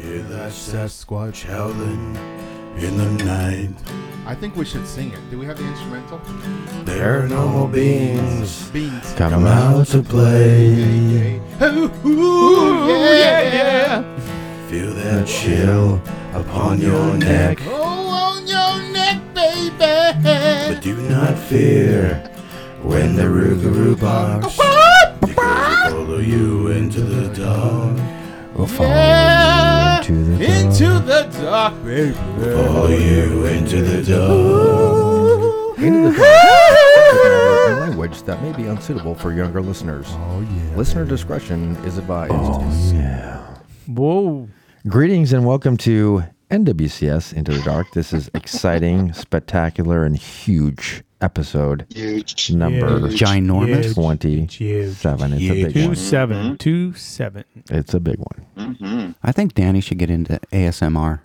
hear that Sasquatch howling in the night. I think we should sing it. Do we have the instrumental? Paranormal beings Beans. come out to play. Ooh, yeah, yeah. Feel that chill upon your neck, Oh, on your neck, baby. but do not fear when the Rougarou barks. Because it will follow you into the dark, We'll follow Yeah, you into the Into the dark, baby. follow you into the dark. into the dark. language that may be unsuitable for younger listeners. Oh, yeah. Listener discretion is advised. Yeah. Whoa. Oh, Greetings and welcome to NWCS Into the Dark. This is exciting, spectacular, and huge episode Huge. number Yeah. ginormous. Yeah. twenty-seven. It's a big Two one. seven. Two seven. It's a big one. I think Danny should get into ASMR.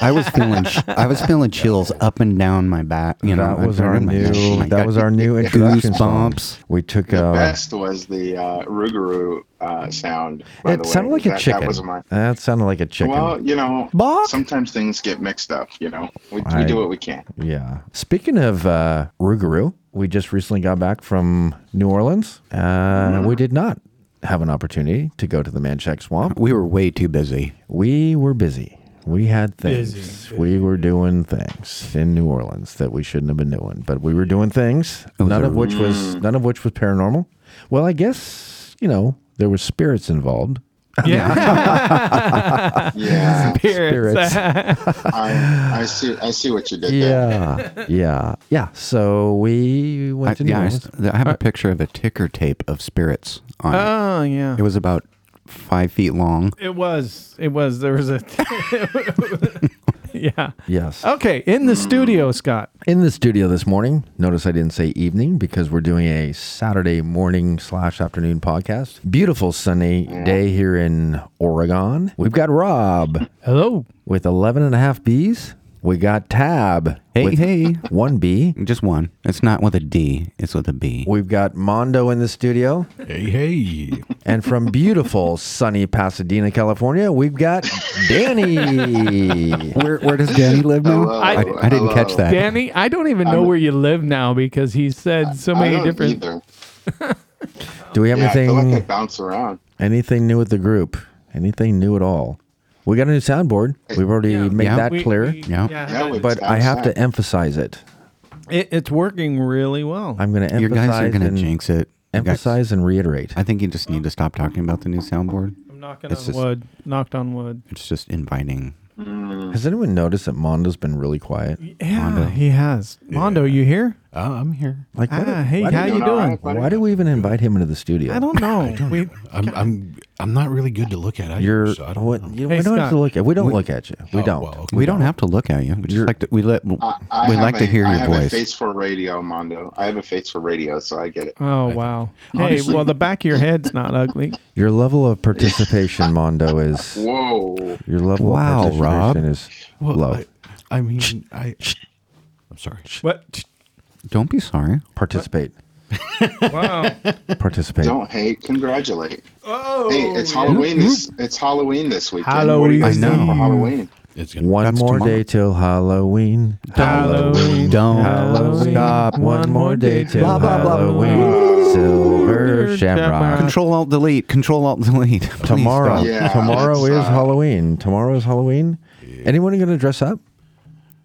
I was feeling sh- I was feeling chills up and down my back. You know, that was I'm our turning my- Oh new. my that gut- was our new introduction song. Goosebumps. We took. The Uh, best was the uh, Rougarou uh, sound. by the it way. sounded like that, a chicken. That was my. That sounded like a chicken. Well, you know, Bark. sometimes things get mixed up. You know, we, we I- do what we can. Yeah. Speaking of uh, Rougarou, we just recently got back from New Orleans. Uh, We did not have an opportunity to go to the Manchac Swamp. We were way too busy. We were busy. We had things. Busy, We were doing things in New Orleans that we shouldn't have been doing, but we were doing things. was None a- Mm. of which was none of which was paranormal. Well, I guess you know there were spirits involved. Yeah. Yeah, Spirits. I, I see. I see what you did there. Yeah, yeah, yeah. So we went I, to New yeah, I, Orleans. s- I have a picture of a ticker tape of spirits on it. oh yeah. It was about five feet long. It was. It was. There was a. yeah. yes. Okay. In the studio, Scott. in the studio this morning. Notice I didn't say evening because we're doing a Saturday morning slash afternoon podcast. Beautiful sunny day here in Oregon. We've got Rob Hello. with 11 and a half Bs. We got Tab Hey, with hey. one B. Just one. It's not with a D. It's with a B. We've got Mondo in the studio. Hey, hey. And from beautiful sunny Pasadena, California, we've got Danny. Where, where does Danny live now? Hello, I, I didn't catch hello. that. Danny, I don't even know where you live now because he said so I many don't different. either. Do we have Yeah, I feel like I anything bounce around. anything new with the group? Anything new at all? We got a new soundboard. We've already made Yeah. that We- clear. we- Yeah. Yeah, we- but I have to emphasize it. It, it's working really well. I'm going to emphasize Your guys are going and to jinx it. You guys- emphasize and reiterate. I think you just need to stop talking about the new soundboard. I'm knocking on It's just- wood. Knocked on wood. It's just inviting. Mm. Has anyone noticed that Mondo's been really quiet? Yeah, he has. Mondo, you here? Uh, I'm here. Like, what- Ah, hey, why, how do, you doing all doing? right, buddy? why do we even invite him into the studio? I don't know. we, I'm I'm I'm not really good to look at. I You're so I don't what? know. You, Hey, we don't have Scott. to look at. We don't look at you. We Oh, don't. well, okay. We don't have to look at you. We just like to, we let we I, I have like to a- hear I your have a voice. face for radio, Mondo. I have a face for radio, so I get it. oh wow. Hey, Honestly- well the back of your head's not ugly. Your level of participation, Mondo, is Whoa! your level Wow, of Rob. participation is Well, low. I, I mean, I. I'm sorry. What? Don't be sorry. participate. Wow. Participate. Don't hate, congratulate. Oh. Hey, it's Halloween. This, it's Halloween this weekend. What are Halloween. you guys I doing know. for Halloween? It's gonna. One That's more tomorrow. day till Halloween. Halloween. Don't Halloween. stop. One more day till Blah, blah, blah, blah, blah. Halloween. Silver Silver shamrock. shamrock. Control Alt Delete. Control Alt Delete. Please Uh, Tomorrow. stop. Yeah, tomorrow that's, is uh, Halloween. Tomorrow is Halloween. Anyone going to dress up?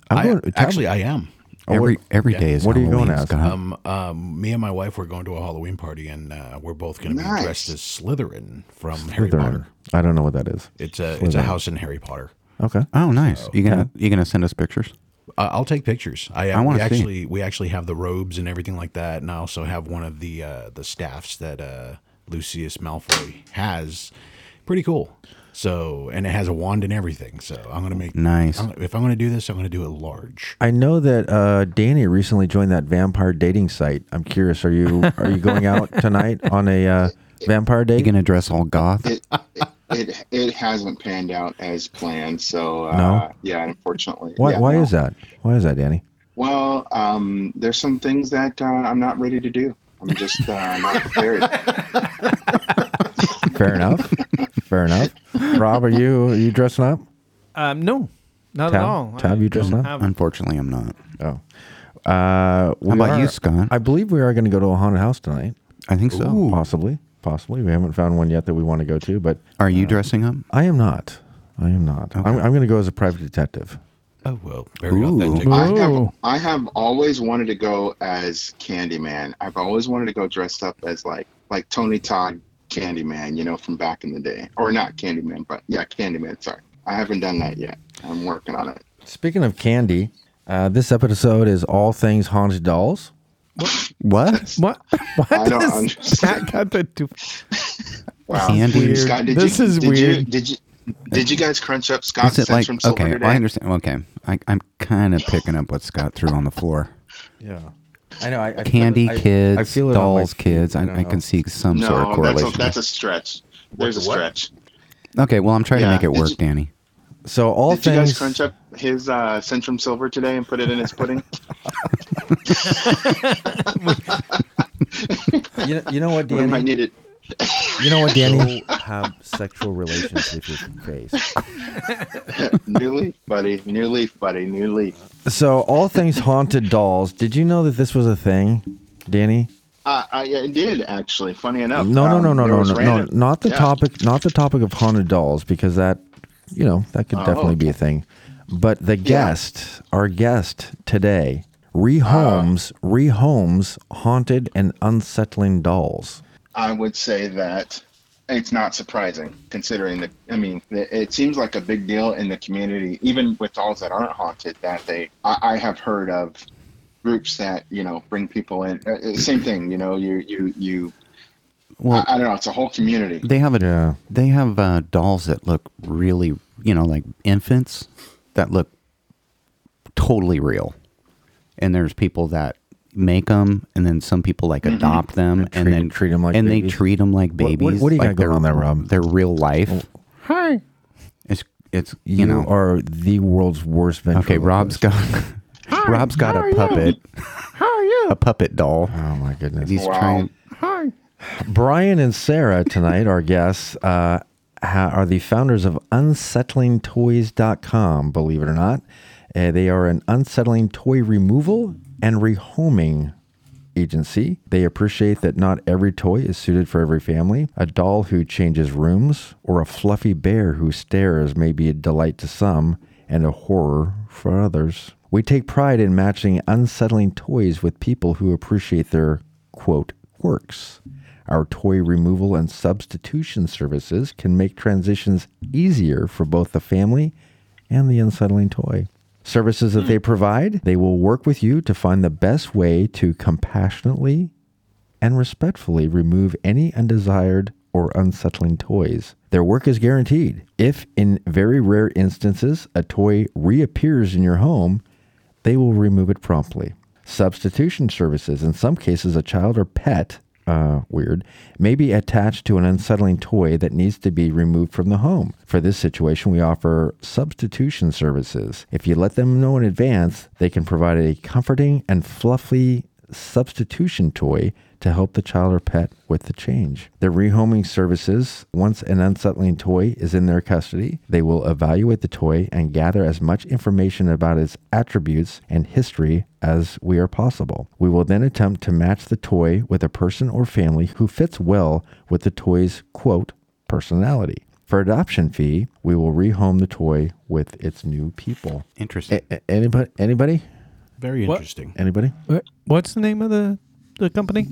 I'm I, actually, I am. Every every day is. what are you going Halloween, as? Scott. Um, um, me and my wife were going to a Halloween party, and uh, we're both going to Nice. be dressed as Slytherin from Harry Potter. I don't know what that is. It's a it's a house in Harry Potter. Okay. Oh, nice. You gonna you gonna send us pictures? Uh, I'll take pictures. I, uh, I we wanna see. actually we actually have the robes and everything like that, and I also have one of the uh, the staffs that uh, Lucius Malfoy has. Pretty cool. So and it has a wand and everything. So I'm gonna make Nice. I'm- if I'm gonna do this, I'm gonna do it large. I know that uh, Danny recently joined that vampire dating site. I'm curious. Are you are you going out tonight on a uh, vampire date? You gonna dress all goth? It, it, it it hasn't panned out as planned. So uh, No? yeah, unfortunately. why Yeah, why no. is that? Why is that, Danny? Well, um, there's some things that uh, I'm not ready to do. I'm just uh, not prepared. Fair enough. Fair enough. Rob, are you are you dressing up? Um, no, not Tab? at all. Tab, I you dressing don't up? have- Unfortunately, I'm not. Oh. Uh, we How about you, are- Scott? I believe we are going to go to a haunted house tonight. I think so. Possibly. Possibly. We haven't found one yet that we want to go to, but Are you dressing up? I am not. I am not. I'm, I'm going to go as a private detective. Oh well, very Ooh. authentic. Ooh. I have, Oh. I have always wanted to go as Candyman. I've always wanted to go dressed up as like like Tony Todd Candyman, you know, from back in the day, or not Candyman, but yeah, Candyman. Sorry, I haven't done that yet. I'm working on it. Speaking of candy, uh, this episode is all things haunted dolls. What? What? What? I don't is- understand. I got the two- Wow, Candy. Scott, did This you, is did You, weird. did you did you guys crunch up Scott's Is it sense like from Silver okay? today? I understand. Okay, I, I'm kind of picking up what Scott threw on the floor. Yeah. I know. I, I feel Candy it- I- kids, I feel it on my dolls feet. kids. I, No, I no. can see some No, sort of correlation. that's a, that's a stretch. There's a stretch. okay, well, I'm trying Yeah, to make it did work, you- Danny. So all Did you things. guys crunch up his uh, Centrum Silver today and put it in his pudding? you, know, you know what, we might Danny? need it. You know what, Danny? have sexual relations with your face. New leaf, buddy. New leaf, buddy. New leaf. So all things haunted dolls. Did you know that this was a thing, Danny? Uh, I, I did actually. Funny enough. No, no, um, no, no, there no, was no, no, random- not the yeah. topic, not the topic of haunted dolls, because that, you know, that Oh. could definitely be a thing. But the guest, our guest today, rehomes, Uh. rehomes haunted and unsettling dolls. I would say that it's not surprising considering the. I mean, the, it seems like a big deal in the community, even with dolls that aren't haunted. That they, I, I have heard of groups that you know bring people in. Uh, uh, same thing, you know. You you you. Well, I, I don't know. It's a whole community. they have a Yeah. they have uh, dolls that look really, you know, like infants that look totally real, and there's people that make them, and then some people like adopt them, and, Mm-hmm. treat- then treat 'em like and babies. they treat them like what- babies. what do you like got going they're- on there, Rob? Oh. They're real life. Hi. It's it's you, You, know are the world's worst ventriloquist. okay. Rob's got Hi. Rob's got How are a you? puppet, How are you? a puppet doll. Oh my goodness. He's Wow. trying. Hi. Brian and Sarah tonight, our guests, uh, ha- are the founders of unsettlingtoys.com, believe it or not. Uh, they are an unsettling toy removal and rehoming agency. They appreciate that not every toy is suited for every family. A doll who changes rooms or a fluffy bear who stares may be a delight to some and a horror for others. We take pride in matching unsettling toys with people who appreciate their quote quirks. Our toy removal and substitution services can make transitions easier for both the family and the unsettling toy. Services that they provide, they will work with you to find the best way to compassionately and respectfully remove any undesired or unsettling toys. Their work is guaranteed. If, in very rare instances, a toy reappears in your home, they will remove it promptly. Substitution services. In some cases, a child or pet, uh, weird, may be attached to an unsettling toy that needs to be removed from the home. For this situation, we offer substitution services. If you let them know in advance, they can provide a comforting and fluffy substitution toy to help the child or pet with the change. The rehoming services, once an unsettling toy is in their custody, they will evaluate the toy and gather as much information about its attributes and history as we are possible. We will then attempt to match the toy with a person or family who fits well with the toy's quote personality. For adoption fee, we will rehome the toy with its new people. Interesting. A- a- anybody anybody? Very What? interesting. Anybody? Wh- What's the name of the the company?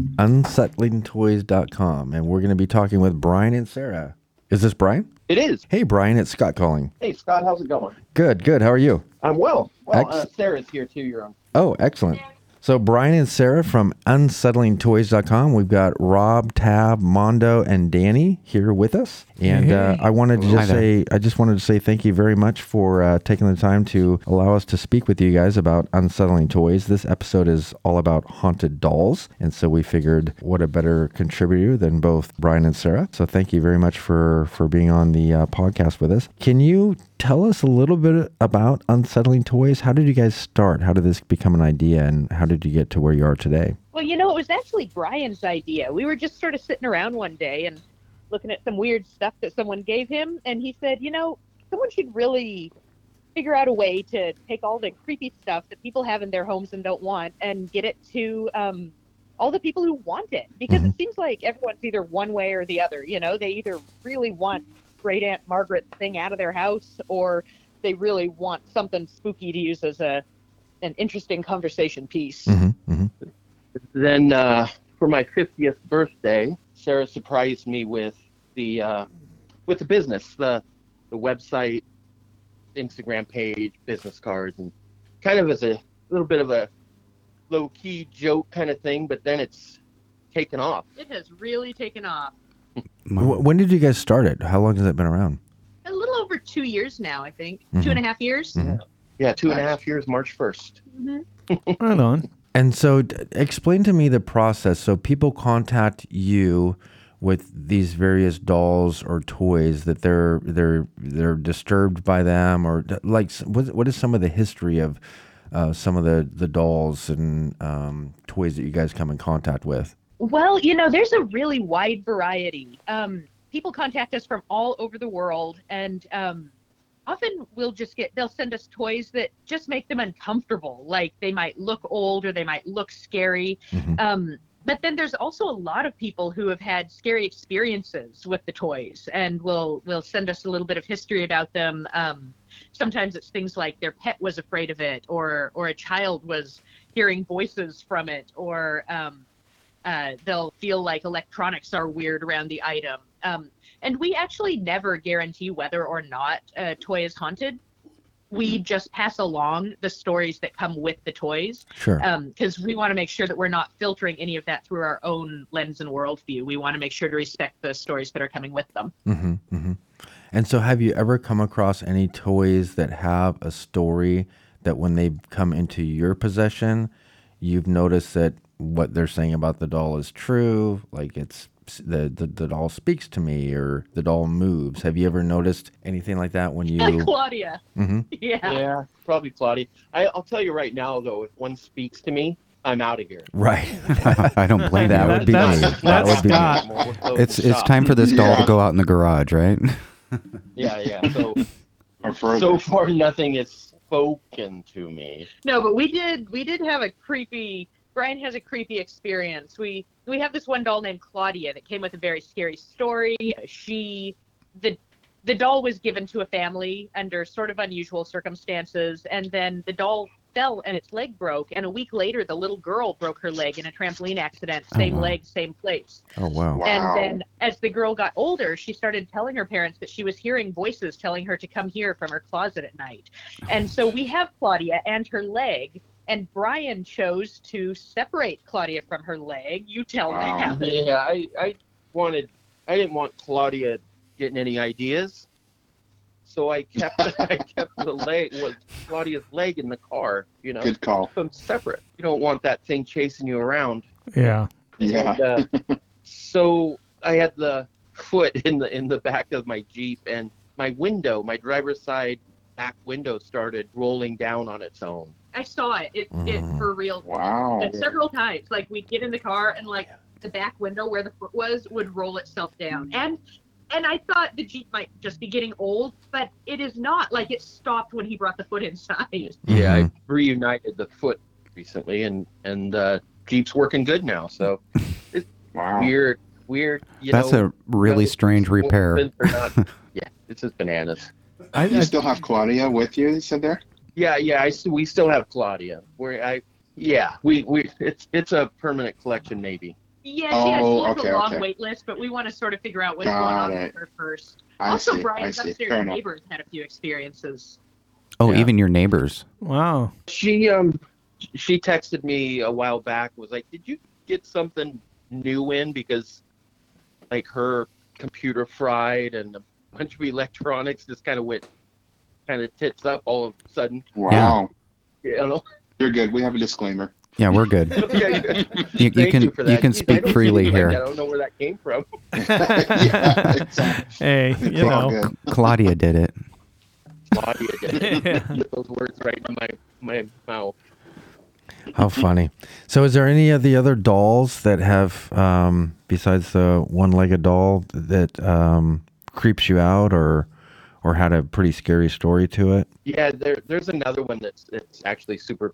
unsettlingtoys.com and we're going to be talking with Brian and Sarah. Is this Brian? It is. Hey Brian, it's Scott calling. Hey, Scott, how's it going? Good, good. How are you? I'm well. Well, uh, Ex- Sarah's here too. You're on. Oh, excellent. So Brian and Sarah from unsettlingtoys.com. We've got Rob, Tab, Mondo and Danny here with us. And uh, I wanted to Hi just there. say I just wanted to say thank you very much for uh, taking the time to allow us to speak with you guys about unsettling toys. This episode is all about haunted dolls, and so we figured what a better contributor than both Brian and Sarah. So thank you very much for for being on the uh, podcast with us. Can you tell us a little bit about unsettling toys? How did you guys start? How did this become an idea, and how did you get to where you are today? Well, you know, it was actually Brian's idea. We were just sort of sitting around one day and looking at some weird stuff that someone gave him, and he said, you know, someone should really figure out a way to take all the creepy stuff that people have in their homes and don't want and get it to um, all the people who want it because it seems like everyone's either one way or the other you know they either really want great aunt margaret's thing out of their house or they really want something spooky to use as a an interesting conversation piece Mm-hmm, mm-hmm. Then uh, for my 50th birthday, Sarah surprised me with the uh, with the business, the the website, Instagram page, business cards, and kind of as a little bit of a low key joke kind of thing. But then it's taken off. it has really taken off My- When did you guys start it? How long has it been around? a little over two years now i think Two and a half years Mhm. Yeah, two and a half years, March 1st. Right on. And so, d- explain to me the process. So, people contact you with these various dolls or toys that they're they're they're disturbed by them, or d- like s- what what is some of the history of uh, some of the the dolls and um, toys that you guys come in contact with? Well, you know, there's a really wide variety. Um, people contact us from all over the world, and um, often we'll just get, they'll send us toys that just make them uncomfortable. Like they might look old or they might look scary. Mhm. Um, but then there's also a lot of people who have had scary experiences with the toys and will will send us a little bit of history about them. Um, sometimes it's things like their pet was afraid of it, or or a child was hearing voices from it, or um, uh, they'll feel like electronics are weird around the item. Um, and we actually never guarantee whether or not a toy is haunted. We just pass along the stories that come with the toys Sure. because we want to make sure that we're not filtering any of that through our own lens and worldview. We want to make sure to respect the stories that are coming with them. hmm hmm And so, have you ever come across any toys that have a story that when they come into your possession, you've noticed that what they're saying about the doll is true? Like it's the, the, the doll speaks to me or the doll moves. Have you ever noticed anything like that when you. Claudia, Mhm. yeah. Yeah, probably Claudia. I, I'll tell you right now, though, if one speaks to me, I'm out of here. Right. I don't blame That- that. would be me. that's- That would be me. Scott. It's it's time for this doll to go out in the garage, right? Yeah, yeah. So Or further. so far, nothing is spoken to me. No, but we did we did have a creepy Brian has a creepy experience. We we have this one doll named Claudia that came with a very scary story. She the the doll was given to a family under sort of unusual circumstances and then the doll fell and its leg broke and a week later the little girl broke her leg in a trampoline accident Oh, same wow. leg same place Oh, wow. Wow. and then as the girl got older, she started telling her parents that she was hearing voices telling her to come here from her closet at night. And so we have Claudia and her leg, and Brian chose to separate Claudia from her leg. You tell Wow. me how it Yeah, I, I wanted, I didn't want Claudia getting any ideas, so I kept, I kept the leg, was Claudia's leg in the car. You know, Good call. them separate. You don't want that thing chasing you around. Yeah. Yeah. And, Uh-huh. uh, so I had the foot in the in the back of my Jeep, and my window, my driver's side back window, started rolling down on its own. I saw it. It, Mm. it for real. Wow. And several times, like we'd get in the car and like the back window where the foot was would roll itself down. And and I thought the Jeep might just be getting old, but it is not. Like it stopped when he brought the foot inside. Yeah, I Mm-hmm. reunited the foot recently, and and uh, Jeep's working good now. So Wow. weird, weird. You That's know, a really whether strange it's repair. open or not. yeah, it's just bananas. I, You I, still have Claudia with you? You said there. Yeah, yeah. I s- we still have Claudia. Where I, yeah, we we it's it's a permanent collection maybe. Yeah, she has Oh, she has okay, a long okay. wait list, but we want to sort of figure out what's Got going on it. with her first. I also, see. I Brian's see. upstairs Fair enough. neighbors had a few experiences. Oh, Yeah. even your neighbors. wow. She um, she texted me a while back. Was like, did you get something new in because, like, her computer fried and a bunch of electronics just kind of went, kind of tits up all of a sudden. Wow. You know? You're good. We have a disclaimer. Yeah, we're good. Yeah, yeah. You, you Thank can for you that. can Geez, I speak don't see freely anything here. like that. I don't know where that came from. yeah. Exactly. Hey, It's you all know. good. Claudia did it. Claudia did it. Get those words right in my my mouth. How funny. So, is there any of the other dolls that have, um, besides the one-legged doll, that um, creeps you out, or or had a pretty scary story to it? Yeah, there, there's another one that's that's actually super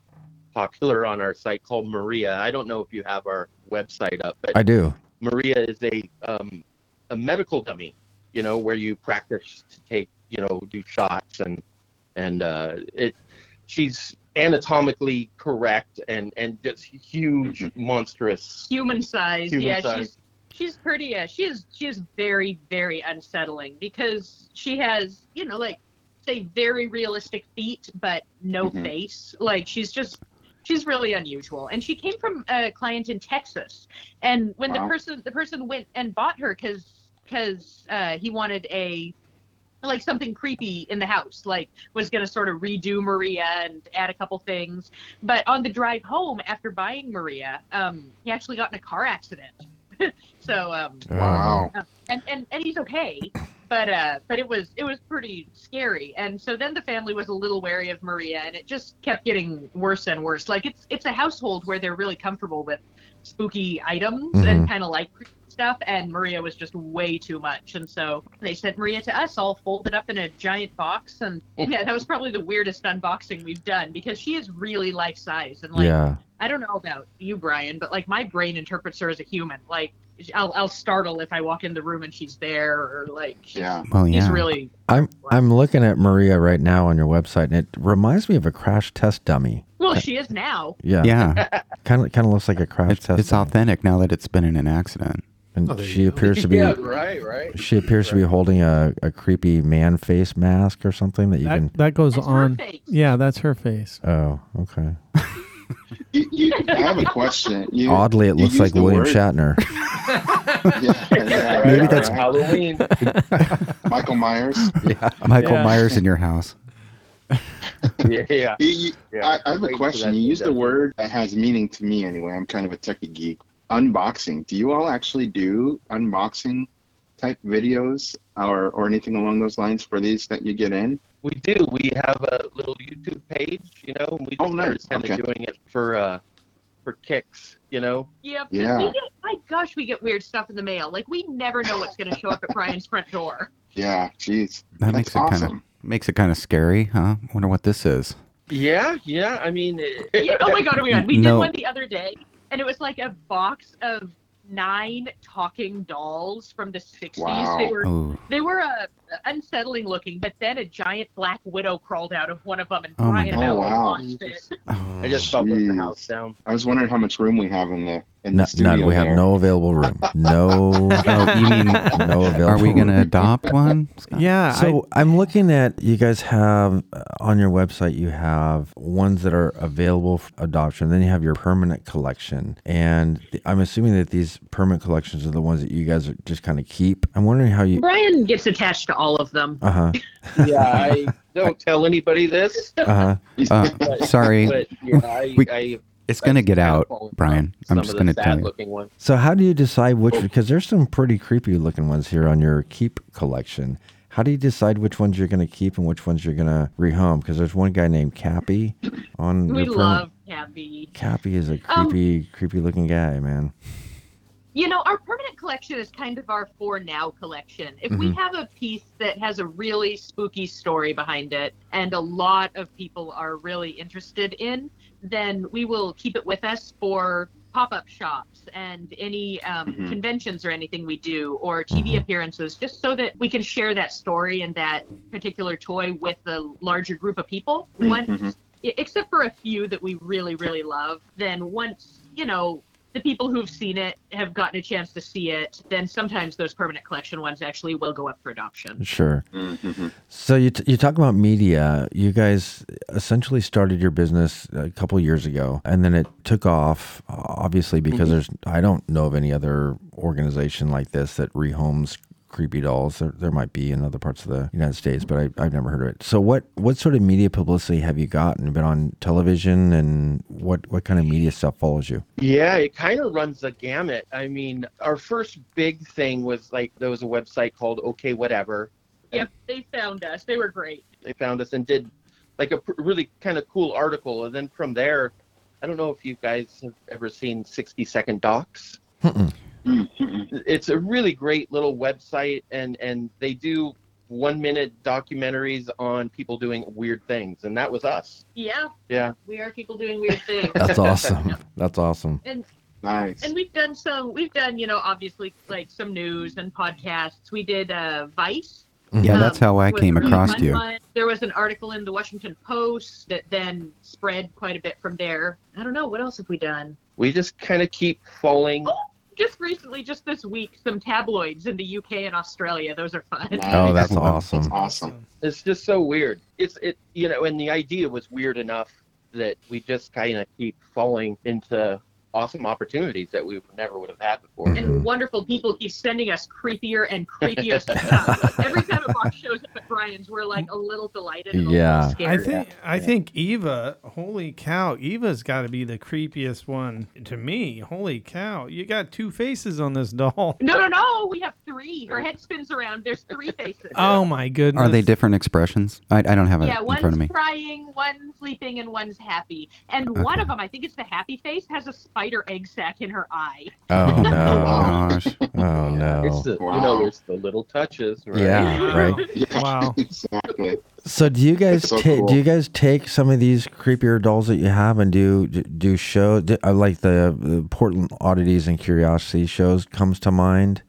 popular on our site called Maria. I don't know if you have our website up, but I do. Maria is a um, a medical dummy, you know, where you practice to take, you know, do shots and and uh, it. She's anatomically correct and and just huge, monstrous. human sized. Human yeah, sized. she's she's pretty. Yeah, she is she is very very unsettling because she has you know like say very realistic feet but no Mhm. face. Like she's just she's really unusual. And she came from a client in Texas. And when the Wow. person the person went and bought her because because uh, he wanted a like something creepy in the house like was going to sort of redo maria and add a couple things but on the drive home after buying maria um, he actually got in a car accident so um, Wow. and, and and he's okay but uh but it was it was pretty scary and so then the family was a little wary of maria and it just kept getting worse and worse like it's it's a household where they're really comfortable with spooky items and kind of like creepy stuff and maria was just way too much and so they sent maria to us all folded up in a giant box and yeah that was probably the weirdest unboxing we've done because she is really life size and like yeah. I don't know about you, Brian, but like my brain interprets her as a human. Like I'll I'll startle if I walk in the room and she's there, or like she's, Yeah. Well, she's yeah. really I'm I'm looking at Maria right now on your website, and it reminds me of a crash test dummy. well. She is now. Yeah, yeah, kind of kind of looks like a crash it's, test. it's dummy. authentic now that it's been in an accident. And Oh, there she you go. appears to be Yeah, right, right. she appears to be holding a, a creepy man face mask or something that you That, can. that goes That's her on. face. Yeah, that's her face. Oh, okay. You, you, I have a question. You, Oddly, it you looks used like the William word- Shatner. Yeah, yeah, Maybe right, that's- right. Halloween. Michael Myers. Michael Yeah. Myers in your house. yeah, yeah. You- you- yeah. I, I have a Wait for question. that You to use the adjust. word that has meaning to me anyway. I'm kind of a techie geek. Unboxing. Do you all actually do unboxing type videos or or anything along those lines for these that you get in? We do. We have a little YouTube page, you know, and we Oh, just nice. kind of Okay. doing it for uh for kicks, you know. Yep. Yeah. We get, my gosh, we get weird stuff in the mail. Like we never know what's going to show up at Brian's front door. Yeah, jeez. That That's makes it awesome. kind of makes it kind of scary, huh? Wonder what this is. Yeah, yeah. I mean, it- Yeah, oh my god, oh my god. We No. did one the other day, and it was like a box of nine talking dolls from the 60s. They Wow. were Oh, They were uh, unsettling looking, but then a giant black widow crawled out of one of them and Oh my Brian God. and I Oh, wow. watched it. I just felt the Jeez. house down. I was wondering how much room we have in the in No, the studio. none. We have there. no available room. No, oh you mean no available. are we room. gonna adopt one? Scott? Yeah. So I'm looking at you guys have uh, on your website you have ones that are available for adoption. Then you have your permanent collection, and th- I'm assuming that these permanent collections are the ones that you guys are just kind of keep. I'm wondering how you. Brian gets attached to all of them. Uh huh. Yeah, I don't tell anybody this, Uh huh. Uh, sorry, but yeah, I, We- I it's gonna get kinda out, fallen Brian. off I'm some just of gonna the tell you. looking one. So how do you decide which? Because there's some pretty creepy looking ones here on your keep collection. How do you decide which ones you're going to keep and which ones you're going to rehome? Because there's one guy named Cappy on. We your perm- love Cappy. Cappy is a Um, creepy, creepy looking guy, man. You know, our permanent collection is kind of our for now collection. If we have a piece that has a really spooky story behind it and a lot of people are really interested in, then we will keep it with us for pop up shops and any um, Mhm. conventions or anything we do or TV Mhm. appearances, just so that we can share that story and that particular toy with the larger group of people. Once Mhm. I- except for a few that we really really love then once you know the people who've seen it have gotten a chance to see it then sometimes those permanent collection ones actually will go up for adoption Sure. Mhm. So you t- you talk about media. You guys essentially started your business a couple years ago, and then it took off. Obviously, because there's I don't know of any other organization like this that rehomes creepy dolls. There, there might be in other parts of the United States, but I, I've never heard of it. So what what sort of media publicity have you gotten? Been on television, and what what kind of media stuff follows you? Yeah, it kind of runs the gamut. I mean, our first big thing was like there was a website called OK Whatever. yep they found us they were great They found us and did like a pr- really kind of cool article, and then from there, I don't know if you guys have ever seen 60 Second Docs. Mm-mm. It's a really great little website, and and they do one minute documentaries on people doing weird things, and that was us. Yeah, Yeah. we are people doing weird things. That's awesome. That's awesome. and Nice. and we've done some we've done, you know, obviously like some news and podcasts. We did uh Vice. Yeah, um, that's how Oh, I was came a really across fun you. one. There was an article in the Washington Post that then spread quite a bit from there. I don't know, what else have we done? We just kind of keep falling. Just recently, just this week, some tabloids in the UK and Australia. Those are fun. Oh, that's Nice. awesome. awesome. It's just so weird. It's it you know, and the idea was weird enough that we just kind of keep falling into awesome opportunities that we never would have had before. Mm-hmm. and wonderful people keep sending us creepier and creepier stuff. Every time a box shows up at Brian's, we're like a little delighted and a Yeah. little I scared. think I think Eva. Holy cow! Eva's got to be the creepiest one to me. Holy cow! You got two faces on this doll. no, no, no. We have three. Her head spins around. There's three faces. Oh my goodness! Are they different expressions? I, I don't have it yeah, in one's front of me. crying, one's sleeping, and one's happy. And one of them, I think it's the happy face, has a spider egg sac in her eye. Oh no. wow. Gosh. Oh It's no. the, Wow. You know, it's the little touches, right? Yeah. Right. Wow. Exactly. So do you guys It's so take cool. do you guys take some of these creepier dolls that you have and do do show do, uh, like the, the Portland oddities and curiosity shows comes to mind?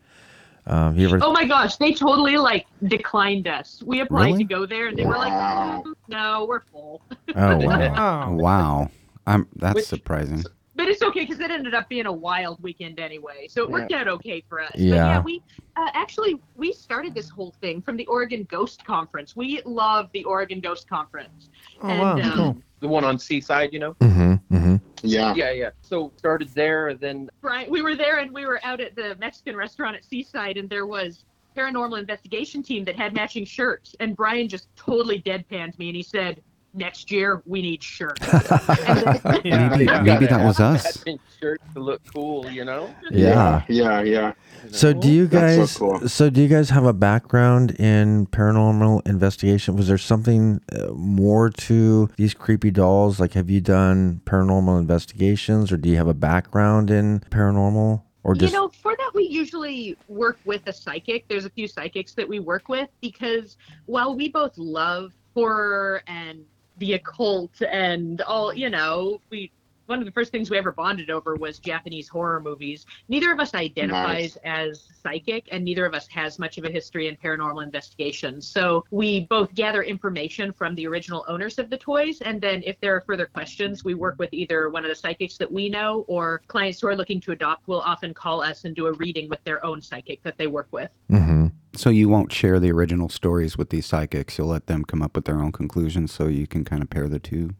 Um, you ever Oh my gosh, they totally like declined us. We applied Really? to go there, and they were like, Wow. "Mm, "No, we're full." Oh wow. Wow. Wow. I'm, that's Which- surprising. But it's okay because it ended up being a wild weekend anyway, so it worked out okay for us. But Yeah. yeah, we uh, actually we started this whole thing from the Oregon Ghost Conference. We love the Oregon Ghost Conference. Oh and, wow. um, Cool. The one on Seaside, you know? Mhm. Mhm. Yeah. Yeah, yeah. So started there, and then Brian, we were there and we were out at the Mexican restaurant at Seaside, and there was paranormal investigation team that had matching shirts, and Brian just totally deadpanned me, and he said. Next year, we need shirts. mm-hmm. Yeah. Maybe, yeah. maybe that gotta was have us. matching shirts to look cool, you know? Yeah. Yeah. Yeah. So do you That's so guys so, cool. do you guys have a background in paranormal investigation? Was there something uh, more to these creepy dolls? Like have you done paranormal investigations or do you have a background in paranormal or just you know for that we usually work with a psychic there's a few psychics that we work with because while we both love horror and the occult and all you know we one of the first things we ever bonded over was japanese horror movies neither of us identifies as psychic and neither of us has much of a history in paranormal investigation so we both gather information from the original owners of the toys and then if there are further questions we work with either one of the psychics that we know or clients who are looking to adopt will often call us and do a reading with their own psychic that they work with Mhm. So you won't share the original stories with these psychics. You'll let them come up with their own conclusions so you can kind of pair the two.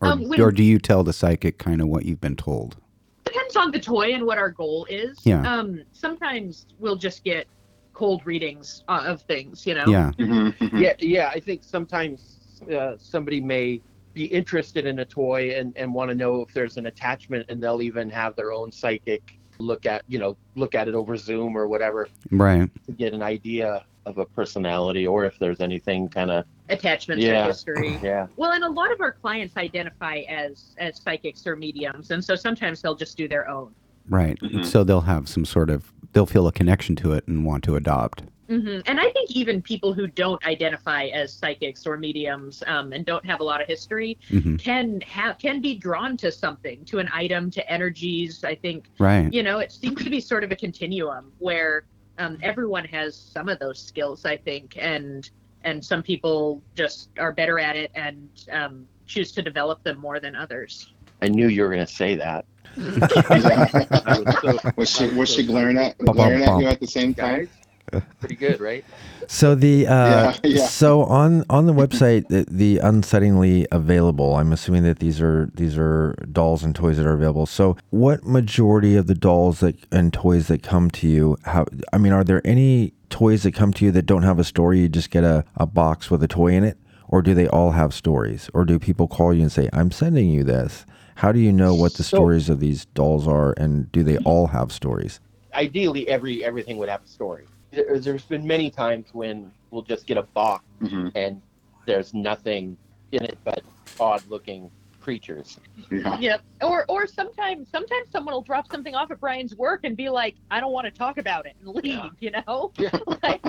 Or, Um, when- or do you tell the psychic kind of what you've been told? depends on the toy and what our goal is Yeah. um sometimes we'll just get cold readings uh, of things you know Yeah. Mhm. Yeah, yeah. I think sometimes uh, somebody may be interested in a toy and, and want to know if there's an attachment, and they'll even have their own psychic look at you know look at it over Zoom or whatever Right. to get an idea of a personality or if there's anything kind of attachments Yeah. or history yeah. Well, and a lot of our clients identify as as psychics or mediums, and so sometimes they'll just do their own. Right. Mhm. So they'll have some sort of, they'll feel a connection to it and want to adopt. hmm And I think even people who don't identify as psychics or mediums um, and don't have a lot of history hmm can have can be drawn to something, to an item, to energies. I think Right. you know it seems to be sort of a continuum where um, everyone has some of those skills, I think, and and some people just are better at it and um, choose to develop them more than others. I knew you were gonna say that. Yeah. I was so- Was she was she glaring at Bum, glaring at bum. you at the same time? guys, pretty good, right? So the uh, Yeah, yeah. so on on the website the, the unsettlingly available. I'm assuming that these are these are dolls and toys that are available. So what majority of the dolls that and toys that come to you? How I mean, are there any toys that come to you that don't have a story? You just get a, a box with a toy in it, or do they all have stories? Or do people call you and say, "I'm sending you this"? How do you know what the So- stories of these dolls are, and do Mm-hmm. they all have stories? Ideally, every everything would have a story. There, there's been many times when we'll just get a box Mhm. and there's nothing in it but odd looking creatures. Yeah. Yep. Or or sometimes sometimes someone will drop something off at Brian's work and be like, I don't want to talk about it and leave, Yeah. you know? Yeah. like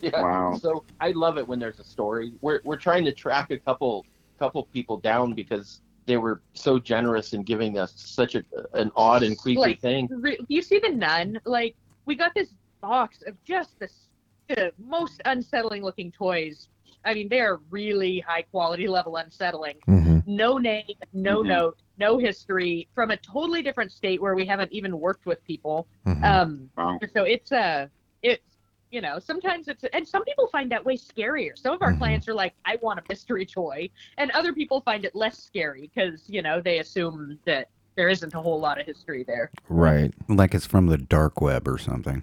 Yeah. Wow. So I love it when there's a story. We're we're trying to track a couple couple people down because they were so generous in giving us such a an odd and creepy Like- thing. re- you see the nun, like we got this box of just the, s- the most unsettling looking toys. I mean, they are really high quality level unsettling. Mm-hmm. no name, no Mm-hmm. Mhm. note, no history from a totally different state where we haven't even worked with people. Mm-hmm. Uh, Um, Wow. so it's uh, it's you know sometimes it's and some people find that way scarier. Some of our Mhm. clients are like, I want a mystery toy, and other people find it less scary because you know they assume that there isn't a whole lot of history there. Right. Like it's from the dark web or something.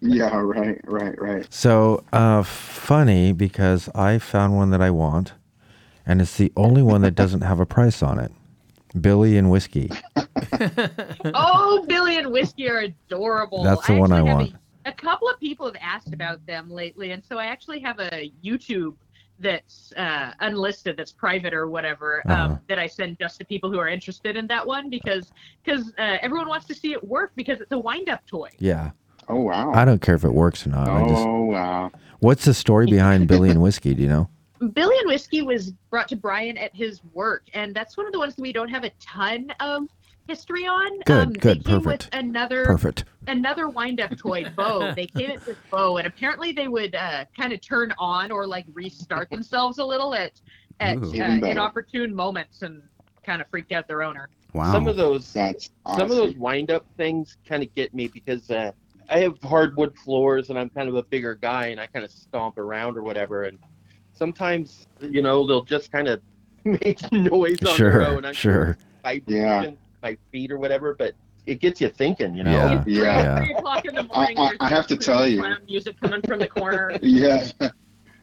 Yeah. Right. Right. Right. So uh, funny because I found one that I want, and it's the only one that doesn't have a price on it. Billy and whiskey. oh, Billy and Whiskey are adorable. That's the one I actually have want. A, a couple of people have asked about them lately, and so I actually have a YouTube that's uh, unlisted, that's private or whatever, Uh-huh. um, that I send just to people who are interested in that one because because uh, everyone wants to see it work because it's a wind up toy. Yeah. Oh wow. I don't care if it works or not. I just, oh wow. what's the story behind Billy and whiskey? Do you know? Billy and Whiskey was brought to Brian at his work, and that's one of the ones that we don't have a ton of history on. Good, um, good, they came perfect, With another Perfect. another wind-up toy, Bo. They came up with Bo, and apparently they would uh, kind of turn on or like restart themselves a little at at Ooh. uh, Even better. inopportune moments, and kind of freaked out their owner. Wow. Some of those That's awesome. some of those wind up things kind of get me because uh, I have hardwood floors and I'm kind of a bigger guy and I kind of stomp around or whatever. And sometimes, you know, they'll just kind of make noise on their own. Sure. I'm Sure. vibration, my feet or whatever, but it gets you thinking, you know? Yeah. Yeah. Yeah. Three o'clock in the I- morning. I- there's I have to tell you. clown Music coming from the corner. Yeah.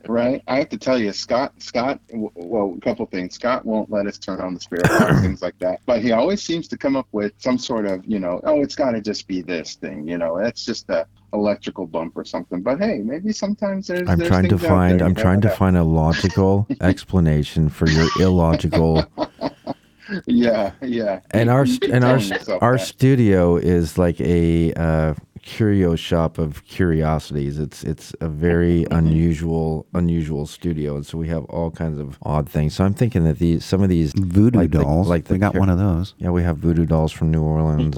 Right. I have to tell you, Scott. Scott. w- Well, a couple things. Scott won't let us turn on the spirit box, things like that. But he always seems to come up with some sort of, you know, oh, it's got to just be this thing. You know, it's just a electrical bump or something. But hey, maybe sometimes there's. I'm there's trying to things out find. there. I'm You trying to never find a logical explanation for your illogical. know. Yeah. Yeah. And our You st- keep and our telling st- yourself our that. studio is like a uh, curio shop of curiosities. It's it's a very unusual unusual studio, and so we have all kinds of odd things. So I'm thinking that these some of these Voodoo Like the- dolls. like the we got char- one of those. yeah we have voodoo dolls from New Orleans,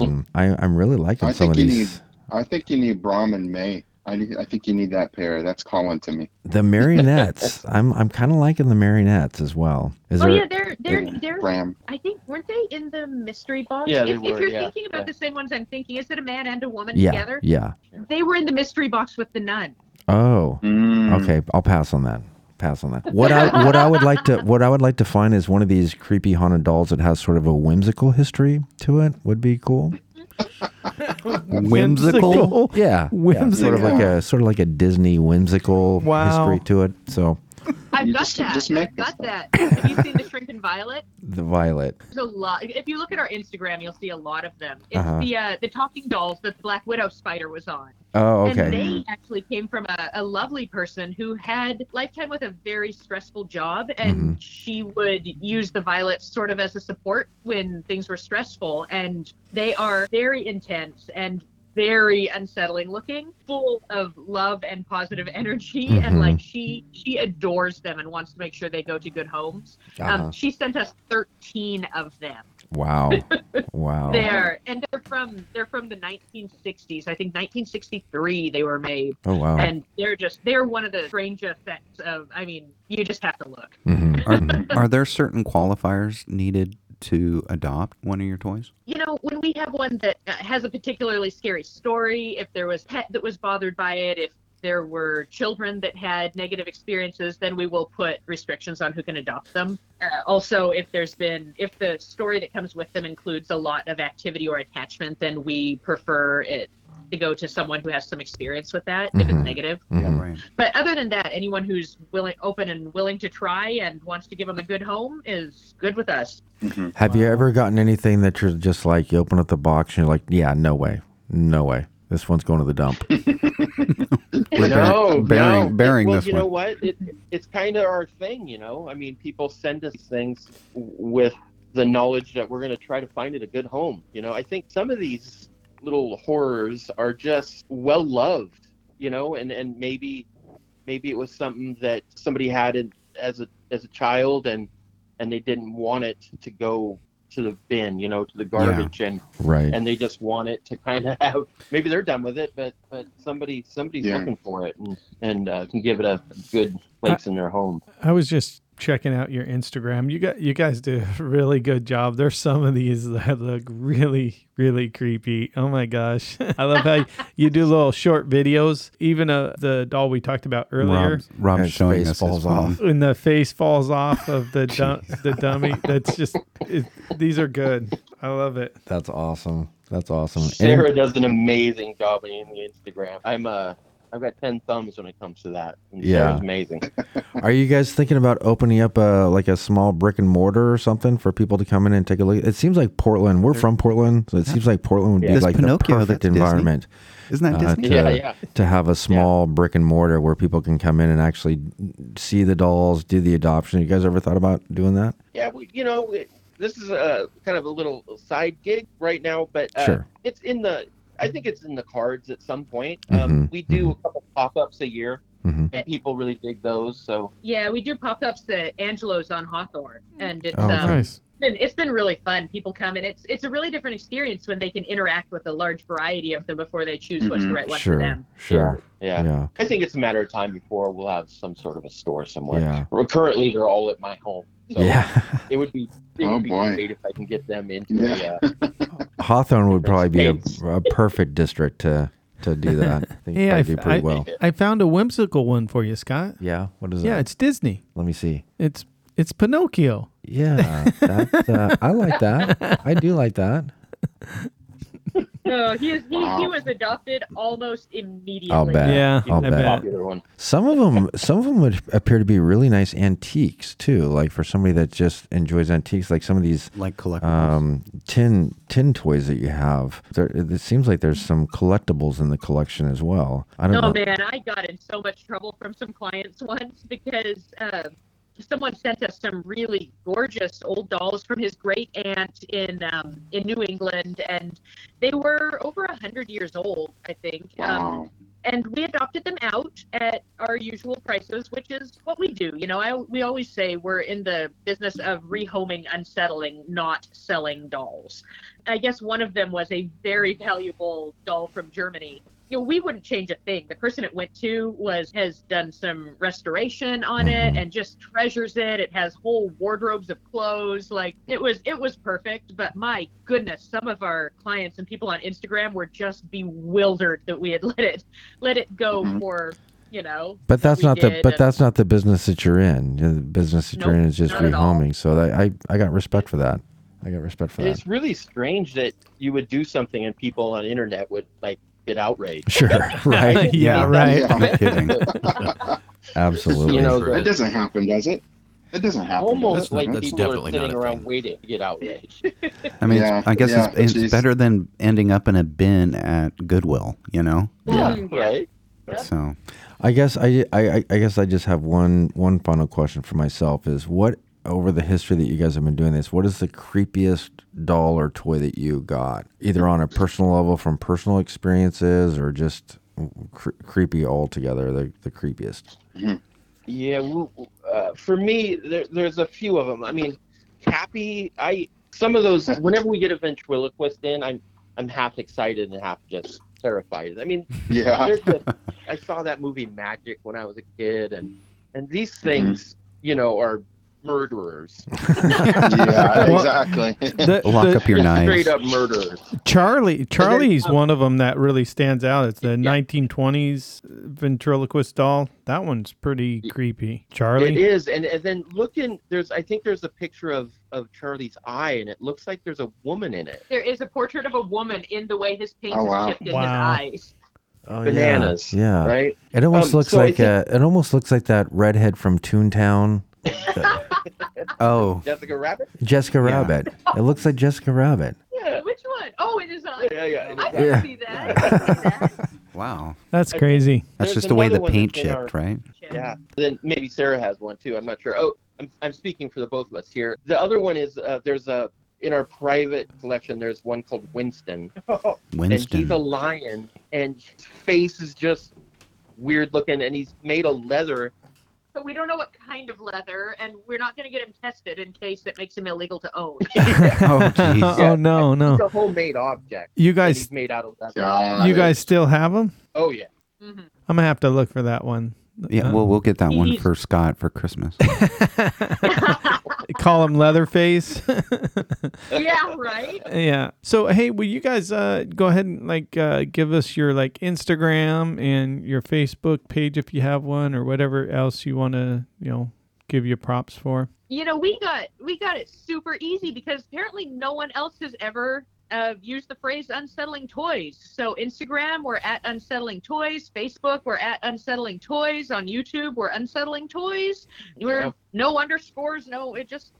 and I, I'm really liking I some think of you these. need. I think you need Brahm and May. I need, I think you need that pair. That's calling to me. The marionettes. I'm I'm kind of liking the marionettes as well. Is oh there? yeah, they're they're they're. Bram. I think weren't they in the mystery box? Yeah, if, they if were, you're yeah, thinking about yeah. the same ones I'm thinking, is it a man and a woman yeah, together? yeah. They were in the mystery box with the nun. Oh, Mm. okay. I'll pass on that. Pass on that. What I what I would like to what I would like to find is one of these creepy haunted dolls that has sort of a whimsical history to it. Would be cool. Whimsical. Yeah, yeah, sort Whimsical. of like a sort of like a Disney whimsical Wow. history to it. So I've You got just- that. just I've make got that. Have you seen the Shrinking Violet? the violet. There's a lot. If you look at our Instagram, you'll see a lot of them. It's Uh-huh. the uh, the talking dolls that the Black Widow spider was on, Oh, and okay. they actually came from a, a lovely person who had lifetime with a very stressful job, and Mm-hmm. she would use the violets sort of as a support when things were stressful, and they are very intense and very unsettling looking full of love and positive energy Mhm. and like she she adores them and wants to make sure they go to good homes Uh-huh. um, she sent us 13 of them. Wow, wow. They're and they're from they're from the 1960s. I think 1963 they were made, Oh wow. and they're just they're one of the strangest sets of. I mean, you just have to look. Mhm, Are, mhm. are there certain qualifiers needed to adopt one of your toys? You know, when we have one that uh, has a particularly scary story, if there was pet that was bothered by it, if there were children that had negative experiences, then we will put restrictions on who can adopt them. Uh, also, if there's been, if the story that comes with them includes a lot of activity or attachment, then we prefer it to go to someone who has some experience with that if Mhm. it's negative. Mhm. Right. But other than that, anyone who's willing, open and willing to try and wants to give them a good home is good with us. Mm-hmm. Have you ever gotten anything that you're just like, you open up the box and you're like, yeah, no way, no way. This one's going to the dump. We're no, bearing- bearing- no. bearing well, this you one. know what? It, it's kind of our thing, you know. I mean, people send us things w- with the knowledge that we're going to try to find it a good home. You know, I think some of these little horrors are just well loved, you know, and and maybe maybe it was something that somebody had in, as a as a child and and they didn't want it to go to the bin, you know, to the garbage and Right. and they just want it to kind of have maybe they're done with it but but somebody somebody's Yeah. looking for it and and uh, can give it a good place in their home I was just checking out your Instagram. You got you guys do a really good job. There's some of these that look really really creepy. Oh my gosh. I love how you do little short videos. Even uh, the doll we talked about earlier. Rob, Rob's His showing face us his falls phone. off. When the face falls off of the dum- the dummy, that's just it, these are good. I love it. That's awesome. That's awesome. Uh, And- sarah does an amazing job in the instagram i'm uh i've got 10 thumbs when it comes to that and Yeah. sarah's amazing Are you guys thinking about opening up a like a small brick and mortar or something for people to come in and take a look? It seems like Portland. We're from Portland, so it seems like Portland would be That's like the Pinocchio, perfect that's Disney. environment Isn't that uh, Disney? to, Yeah, yeah. to have a small brick and mortar where people can come in and actually see the dolls, do the adoption. You guys ever thought about doing that? yeah we, you know we, this is a kind of a little side gig right now but uh, Sure. it's in the i think it's in the cards at some point um, Mhm, we do a couple pop-ups a year Mhm. and people really dig those so Yeah, we do pop ups at Angelo's on Hawthorne, and it's Oh, um, okay. Nice. been, it's been really fun. People come and it's it's a really different experience when they can interact with a large variety of them before they choose what's the Mhm. right one for Sure. them. Sure. yeah Yeah. I think it's a matter of time before we'll have some sort of a store somewhere. Yeah. Well, currently, they're all at my home. So Yeah. It would be, it Oh, would be boy. great if I can get them into Yeah. the. Uh, Hawthorne would probably be a, Space. a perfect district to to do that. I think Yeah, yeah, I do f- pretty I- well. I found a whimsical one for you, Scott. Yeah. What is Yeah, that? it's Disney. Let me see. It's it's Pinocchio. Yeah, that, uh, I like that. I do like that. So he was he, he Wow. was adopted almost immediately. I'll bet. Yeah, I'll I bet. bet. popular one. Some of them, some of them would appear to be really nice antiques too. Like for somebody that just enjoys antiques, like some of these Like collectibles. um, tin tin toys that you have. There, it seems like there's some collectibles in the collection as well. I don't No know. man, I got in so much trouble from some clients once because uh, someone sent us some really gorgeous old dolls from his great aunt in um, in New England, and they were over a hundred years old, I think. Um, Wow. and we adopted them out at our usual prices, which is what we do. You know, I we always say we're in the business of rehoming, unsettling, not selling dolls. I guess one of them was a very valuable doll from Germany. You know, we wouldn't change a thing. The person it went to was has done some restoration on it and just treasures it. It has whole wardrobes of clothes. Like it was it was perfect, but my goodness, some of our clients and people on Instagram were just bewildered that we had let it let it go Mhm. for, you know. But that's we not the did, but and- that's not the business that you're in. You know, The business that you're Nope, in is just not at all. rehoming. So that, I I got respect for that. I got respect for that. It's really strange that you would do something and people on internet would like get outraged. Sure. Right. yeah, right. Yeah. no kidding. Absolutely. You know, That doesn't happen, does it? That doesn't happen. does Almost it? like that's people are definitely not sitting a around thing. waiting to get outraged. I mean, Yeah, it's- I guess yeah, it's, geez. it's better than ending up in a bin at Goodwill, you know? yeah. Right. So, I guess I, I I- I guess I just have one one final question for myself is what over the history that you guys have been doing this, what is the creepiest doll or toy that you got, either on a personal level from personal experiences or just cre- creepy altogether, the the creepiest. Yeah, w- w- uh, for me, there, there's a few of them. I mean, Cappy, I some of those. Whenever we get a ventriloquist in, I'm I'm half excited and half just terrified. I mean, Yeah. there's a, I saw that movie Magic when I was a kid, and and these things, you know, are murderers, Yeah, Well, exactly. The- lock the- up your straight knives. up murderers. Charlie Charlie's um, one of them that really stands out. It's the Yeah. 1920s ventriloquist doll. That one's pretty creepy. It Charlie. is, and and then looking, there's I think there's a picture of of Charlie's eye, and it looks like there's a woman in it. There is a portrait of a woman in the way his paint Oh, is wow. chipped in his Wow. eyes. Oh, Bananas, Yeah. right? It almost Um, looks so I like uh it almost looks like that redhead from Toontown, Oh, Jessica Rabbit. Jessica Yeah. Rabbit. It looks like Jessica Rabbit. Yeah. Which one? good. Oh, it is on. Yeah, yeah, it is I on. can see that. I can see that. Wow. That's crazy. That's There's just the way another the one paint that's in our- chipped, right? Yeah. Then maybe Sarah has one too. I'm not sure. Oh, I'm, I'm speaking for the both of us here. The other one is uh, there's a in our private collection. There's one called Winston, Oh. and he's a Winston. lion, and his face is just weird looking, and he's made of leather. But we don't know what kind of leather, and we're not going to get him tested in case it makes him illegal to own. Oh, jeez. oh no, no. It's a homemade object. You and guys, he's made out of leather. God, you guys still have them? Oh yeah. Mhm. I'm gonna have to look for that one. Uh, Yeah, well, we'll get that one He's- for Scott for Christmas. Mm-hmm. Call him Leatherface. yeah, right. yeah. So hey, will you guys uh, go ahead and like uh, give us your like Instagram and your Facebook page if you have one, or whatever else you want to you know give your props for? You know, we got we got it super easy because apparently no one else has ever uh, used the phrase unsettling toys. So Instagram, we're at unsettling toys. Facebook, we're at unsettling toys. On YouTube, we're unsettling toys. We're Yeah. no underscores. No, it just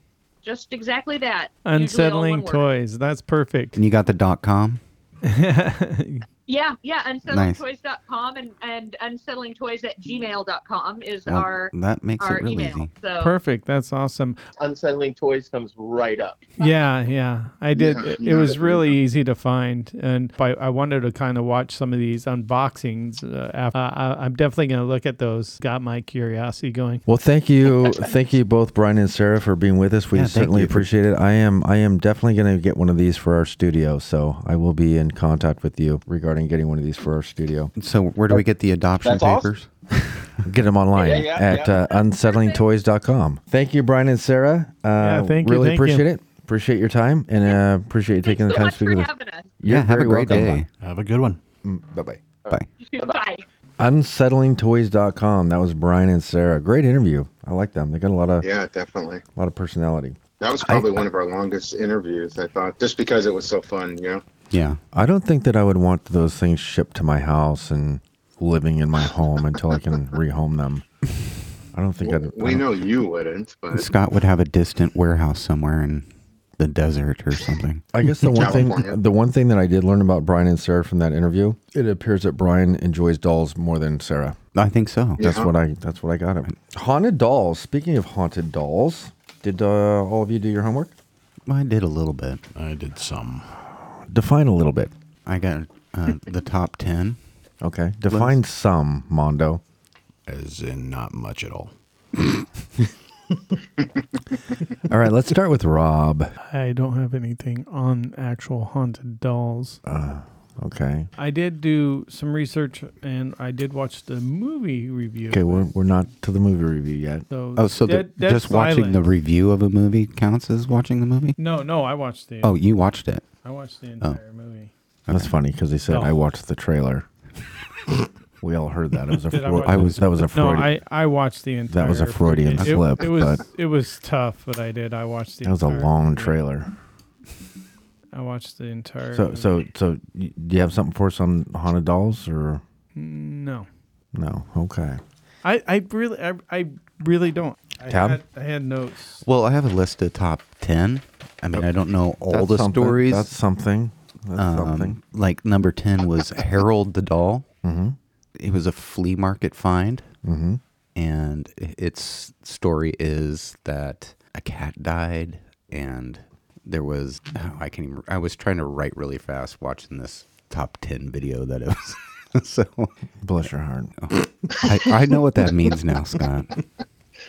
just exactly that. Usually all one Unsettling word. toys. That's perfect. and you got the dot com? Yeah, yeah, Nice. unsettlingtoys.com and, and unsettlingtoys at gmail.com is Well, our that makes our it real email. easy. So perfect. That's awesome. Unsettling Toys comes right up. yeah yeah i did Yeah, it, yeah, was yeah. really easy to find and I, I wanted to kind of watch some of these unboxings uh, after. Uh, I, i'm definitely going to look at those got my curiosity going Well, thank you, thank you both, Brian and Sarah, for being with us. We Yeah, thank certainly you. appreciate it. I am, I am definitely going to get one of these for our studio, so I will be in contact with you regarding getting one of these for our studio. So where do we get the adoption That's awesome. papers? Get them online Yeah, yeah, at yeah. Uh, unsettlingtoys.com. Thank you, Brian and Sarah. Uh, Yeah, thank you, Really thank appreciate you. it. Appreciate your time and uh, appreciate you taking the thanks so time much to speak with for us. having us. You're yeah, have a very great welcome. day. Have a good one. Bye bye. Bye. Bye. unsettlingtoys.com that was brian and sarah great interview i like them they got a lot of Yeah, definitely. a lot of personality That was probably one of our longest interviews. I thought just because it was so fun, you know. Yeah. i don't think that i would want those things shipped to my house and living in my home until i can rehome them i don't think i'd We know you wouldn't, but Scott would have a distant warehouse somewhere in the desert or something. I guess the one California. thing the one thing that I did learn about Brian and Sarah from that interview, it appears that Brian enjoys dolls more than Sarah. I think so. That's Yeah. what I that's what I got him. Haunted dolls. Speaking of haunted dolls, did uh, all of you do your homework? I did a little bit. I did some. Define a little bit. I got uh, the top 10. Okay. Define some, Mondo. As in, not much at all. All right, let's start with Rob. i don't have anything on actual haunted dolls Okay. i did do some research and i did watch the movie review Okay, we're, we're not to the movie review yet. so, Oh, so Dead- the, Dead just watching the Silence- review of a movie counts as watching the movie? no no i watched the Oh, you watched it. i watched the Oh. entire movie That's funny because they said No. I watched the trailer. we all heard that. It was a Did I Fro- watch I it? was that was a no Freudian. I, I watched the entire That was a Freudian it, slip, it was but- it was tough but i did i watched the that was a entire long movie. trailer. I watched the entire. So movie. so so y- do you have something for us on haunted dolls or no, no? Okay. I, I really I, I really don't. I Tab? had, I had notes. Well, I have a list of top 10. I mean, I don't know all That's the something. stories. That's something. That's Um, something. Like number 10 was Harold the Doll. Mm-hmm. It was a flea market find. Mm-hmm. and its story is that a cat died and there was oh, I can even, I was trying to write really fast watching this top 10 video that it was so Bless your heart. I, I know what that means now Scott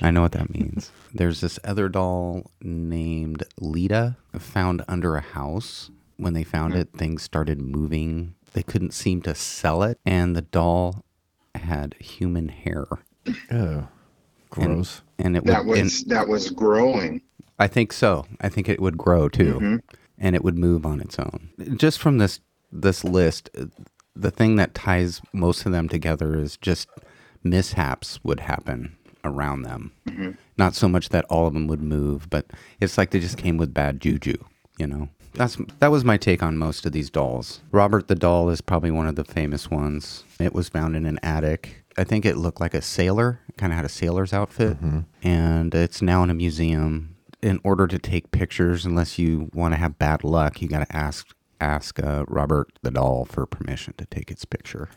I know what that means there's this other doll named Lita found under a house when they found Hmm. it things started moving they couldn't seem to sell it and the doll had human hair Ew. Gross. and it that would, and- was that was growing. I think so. I think it would grow too, and it would move on its own. Just from this this list, uh, the thing that ties most of them together is just mishaps would happen around them. Not so much that all of them would move, but it's like they just came with bad juju. You know, that's that was my take on most of these dolls. Robert the doll is probably one of the famous ones. It was found in an attic. I think it looked like a sailor, kind of had a sailor's outfit, and it's now in a museum in order to take pictures, unless you want to have bad luck, you got to ask ask uh, Robert the doll for permission to take its picture.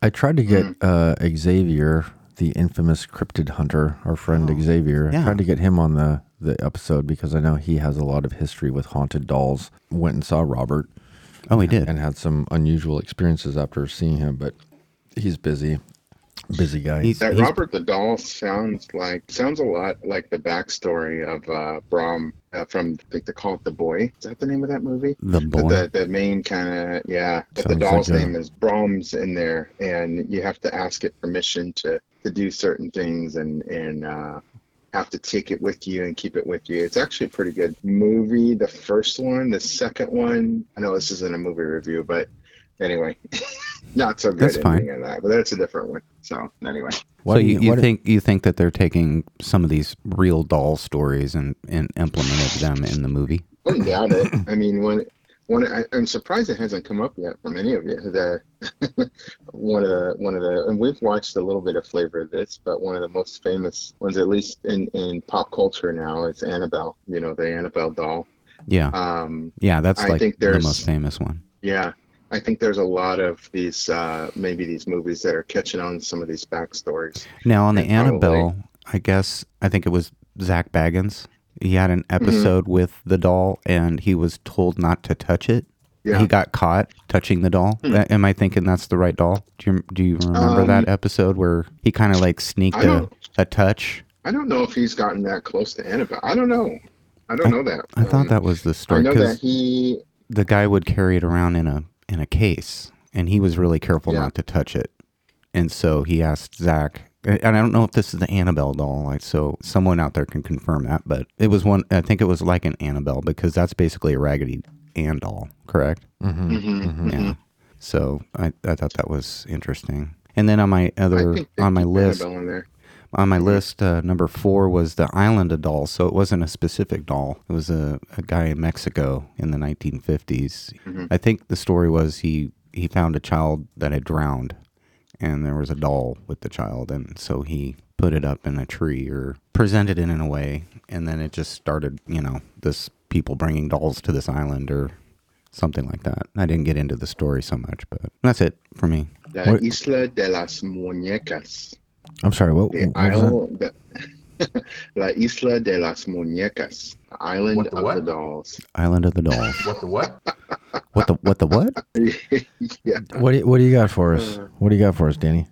I tried to get uh, Xavier, the infamous cryptid hunter, our friend Xavier. I yeah. tried to get him on the, the episode because I know he has a lot of history with haunted dolls. Went and saw Robert. Oh, he did. And had some unusual experiences after seeing him, but he's busy. Busy guy. He's- That Robert the Doll sounds like sounds a lot like the backstory of uh, Brom uh, from I think they call it The Boy. Is that the name of that movie? The boy. The, the main kind of yeah. But the Sounds like doll's a- name is Brom's in there, and you have to ask it permission to to do certain things, and and uh, have to take it with you and keep it with you. It's actually a pretty good movie. The first one, the second one. I know this isn't a movie review, but anyway, not so good. That's fine. ending of that, but that's a different one. So anyway. Why so do you, why you do- think you think that they're taking some of these real doll stories and, and implemented them in the movie? I doubt it. I mean, one, one. I, I'm surprised it hasn't come up yet from any of you. The one of the one of the, and we've watched a little bit of flavor of this, but one of the most famous ones, at least in in pop culture now, is Annabelle. You know, the Annabelle doll. Yeah, Um, yeah, that's I like think the there's- most famous one. yeah, I think there's a lot of these, uh, maybe these movies that are catching on to some of these backstories. Now on the Yeah, probably. Annabelle, I guess I think it was Zach Baggins. He had Mm-hmm. an episode with the doll, and he was told not to touch it. Yeah. Hmm. He got caught touching the doll. That- am I thinking that's the right doll? Do you do you remember that episode where he kind of like sneaked Um, I a, don't- a touch? I don't know if he's gotten that close to Annabelle. I don't know. I don't know that. I Um, thought that was the I story know that because he the guy would carry it around in a in a case, and he was really careful Yeah. not to touch it. And so he asked Zach, and and I don't know if this is the Annabelle doll, like so someone out there can confirm that, but it was one. I think it was like an Annabelle because that's basically a Raggedy Ann doll, correct? mm-hmm, Mm-hmm. Yeah. So I, I thought that was interesting. And then on my I other think they on my keep list, Annabelle in there. on my list, uh, number four was the Island of Dolls. So it wasn't a specific doll. It was a, a guy in Mexico in the 1950s. I think the story was he, he found a child that had drowned, and there was a doll with the child. And so he put it up in a tree or presented it in a way. And then it just started, you know, this people bringing dolls to this island or something like that. I didn't get into the story so much, but that's it for me. La What- Isla de las Muñecas. I'm sorry. What, Mm, The what was that? isle, the, La Isla de las Muñecas. Island What the of the what? Dolls. Island of the Dolls. What the what? what the what the what? yeah. What do, you, what do you got for us? What do you got for us, Danny?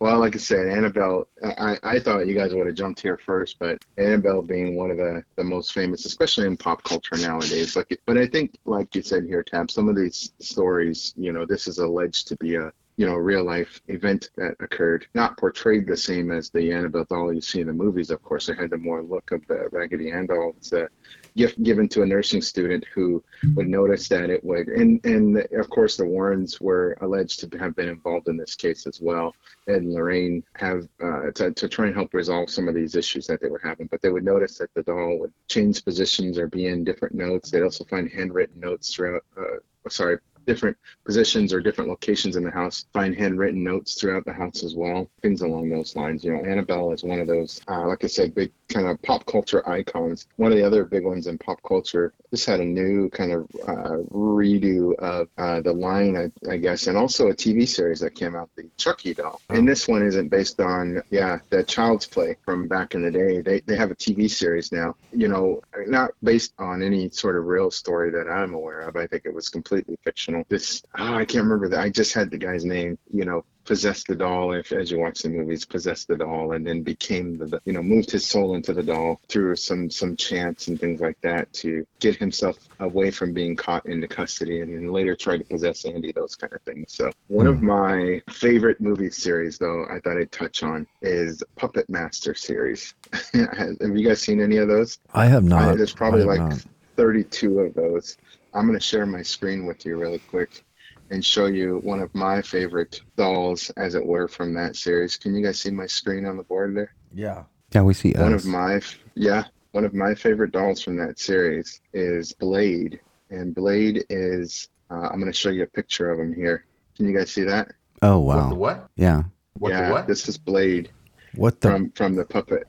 Well, like I said, Annabelle, I, I I thought you guys would have jumped here first, but Annabelle being one of the, the most famous, especially in pop culture nowadays. Like, but I think, like you said here, Tab, some of these stories, you know, this is alleged to be a you know real life event that occurred, not portrayed the same as the Annabelle doll you see in the movies. Of course, it had the more look of the Raggedy Ann doll. It's a gift given to a nursing student who would notice that it would, and and of course the Warrens were alleged to have been involved in this case as well and Lorraine have uh, to, to try and help resolve some of these issues that they were having. But they would notice that the doll would change positions or be in different notes. They'd also find handwritten notes throughout, uh, sorry, different positions or different locations in the house, find handwritten notes throughout the house as well, things along those lines. You know, Annabelle is one of those, uh, like I said, big kind of pop culture icons. One of the other big ones in pop culture just had a new kind of uh, redo of uh, the line, I, I guess, and also a TV series that came out, the Chucky doll. And this one isn't based on, yeah, the Child's Play from back in the day. They, they have a TV series now, you know, not based on any sort of real story that I'm aware of. I think it was completely fictional. This, oh, I can't remember that. I just had the guy's name, you know, possessed the doll if as you watch the movies possessed the doll and then became the, the you know moved his soul into the doll through some some chants and things like that to get himself away from being caught into custody and then later try to possess andy those kind of things so one of my favorite movie series though i thought i'd touch on is puppet master series have you guys seen any of those I have I, not. there's Uh, I probably have like not. 32 of those. I'm going to share my screen with you really quick and show you one of my favorite dolls, as it were, from that series. Can you guys see my screen on the board there? Yeah. Yeah, we see One us. of my, f- yeah, one of my favorite dolls from that series is Blade. And Blade is, uh, I'm going to show you a picture of him here. Can you guys see that? oh What wow. the what? Yeah. What yeah, the what? this is Blade What the? from from the puppet,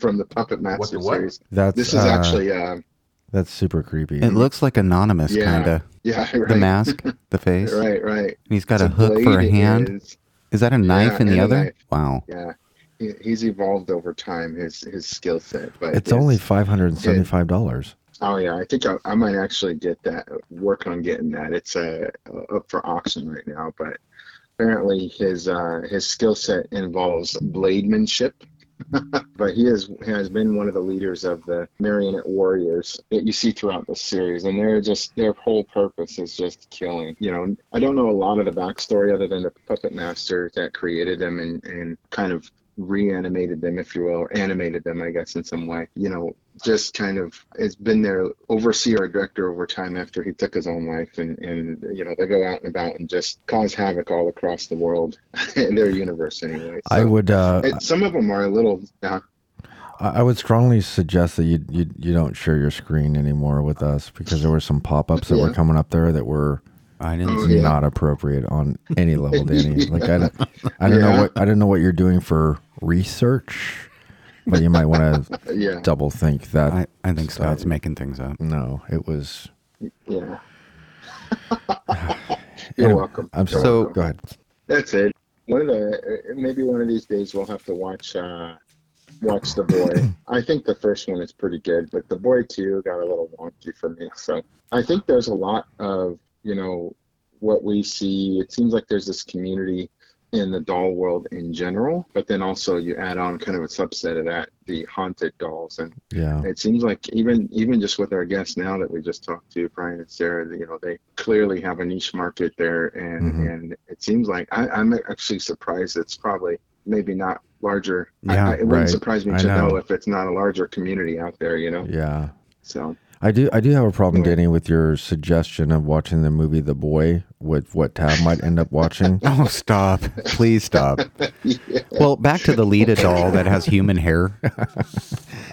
from the Puppet Master what? series. That's This is uh, actually uh, That's super creepy. It looks like anonymous, Yeah. kind of. Yeah, The right. mask, the face. Right, right. And he's got a It's hook for a blade hand. is- Is that a knife in and the a other? knife. Wow. yeah, he, he's evolved over time his his skill set. But It's only five hundred and seventy-five dollars. Oh yeah, I think I, I might actually get that. Work on getting that. It's uh, up for auction right now, but apparently his uh, his skill set involves blademanship. but he is has been one of the leaders of the marionette warriors that you see throughout the series, and they're just their whole purpose is just killing. You know, I don't know a lot of the backstory other than the puppet master that created them and and kind of reanimated them, if you will, or animated them, I guess, in some way. You know, just kind of has been their overseer or director over time after he took his own life, and and you know they go out and about and just cause havoc all across the world in their universe, anyway. I So- would. Uh, and some of them are a little. Uh, I I would strongly suggest that you, you you don't share your screen anymore with us because there were some pop-ups that were Yeah. coming up there that were I Oh, didn't. yeah. not appropriate on any level, Danny. Like I don't, I don't know Yeah. what I don't know what you're doing for research, but you might want to yeah, double think that. I, I think Scott's making things up. no, it was. yeah. You're Anyway, welcome. I'm sorry. So- go ahead. That's it. One of the uh, maybe one of these days we'll have to watch uh, watch the boy. I think the first one is pretty good, but the boy two got a little wonky for me. So I think there's a lot of you know what we see. It seems like there's this community in the doll world in general, but then also you add on kind of a subset of that, the haunted dolls, and Yeah, it seems like even even just with our guests now that we just talked to Brian and Sarah, you know, they clearly have a niche market there, and Mm-hmm. Mhm. and it seems like I, I'm actually surprised it's probably maybe not larger. I- Yeah, I, it right. wouldn't surprise me I to know. know. if it's not a larger community out there, you know. yeah. So I do I do have a problem, Yeah. Danny, with your suggestion of watching the movie The Boy with what Tab might end up watching. Oh, stop. Please stop. Well, back to the Lita doll that has human hair.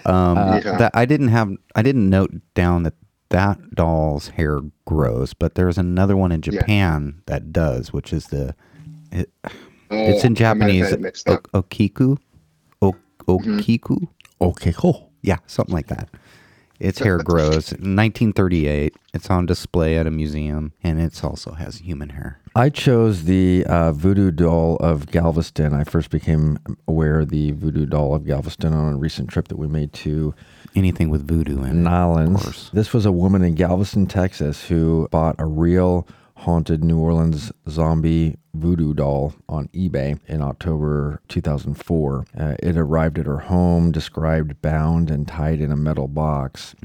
Um, Uh, Yeah. that I didn't have, I didn't note down that that doll's hair grows, but there's another one in Yeah. Japan that does, which is the, it, oh, it's in I might have had Japanese, Oh. it mixed o- up. Mm-hmm. okiku, o- okiku, okay, cool. yeah, something like that. Its hair grows. 1938. It's on display at a museum, and it also has human hair. I chose the uh, voodoo doll of Galveston. I first became aware of the voodoo doll of Galveston on a recent trip that we made to Anything with voodoo in it. Nolans. This was a woman in Galveston, Texas, who bought a real haunted New Orleans zombie voodoo doll on eBay in October 2004. Uh, it arrived at her home, described bound and tied in a metal box.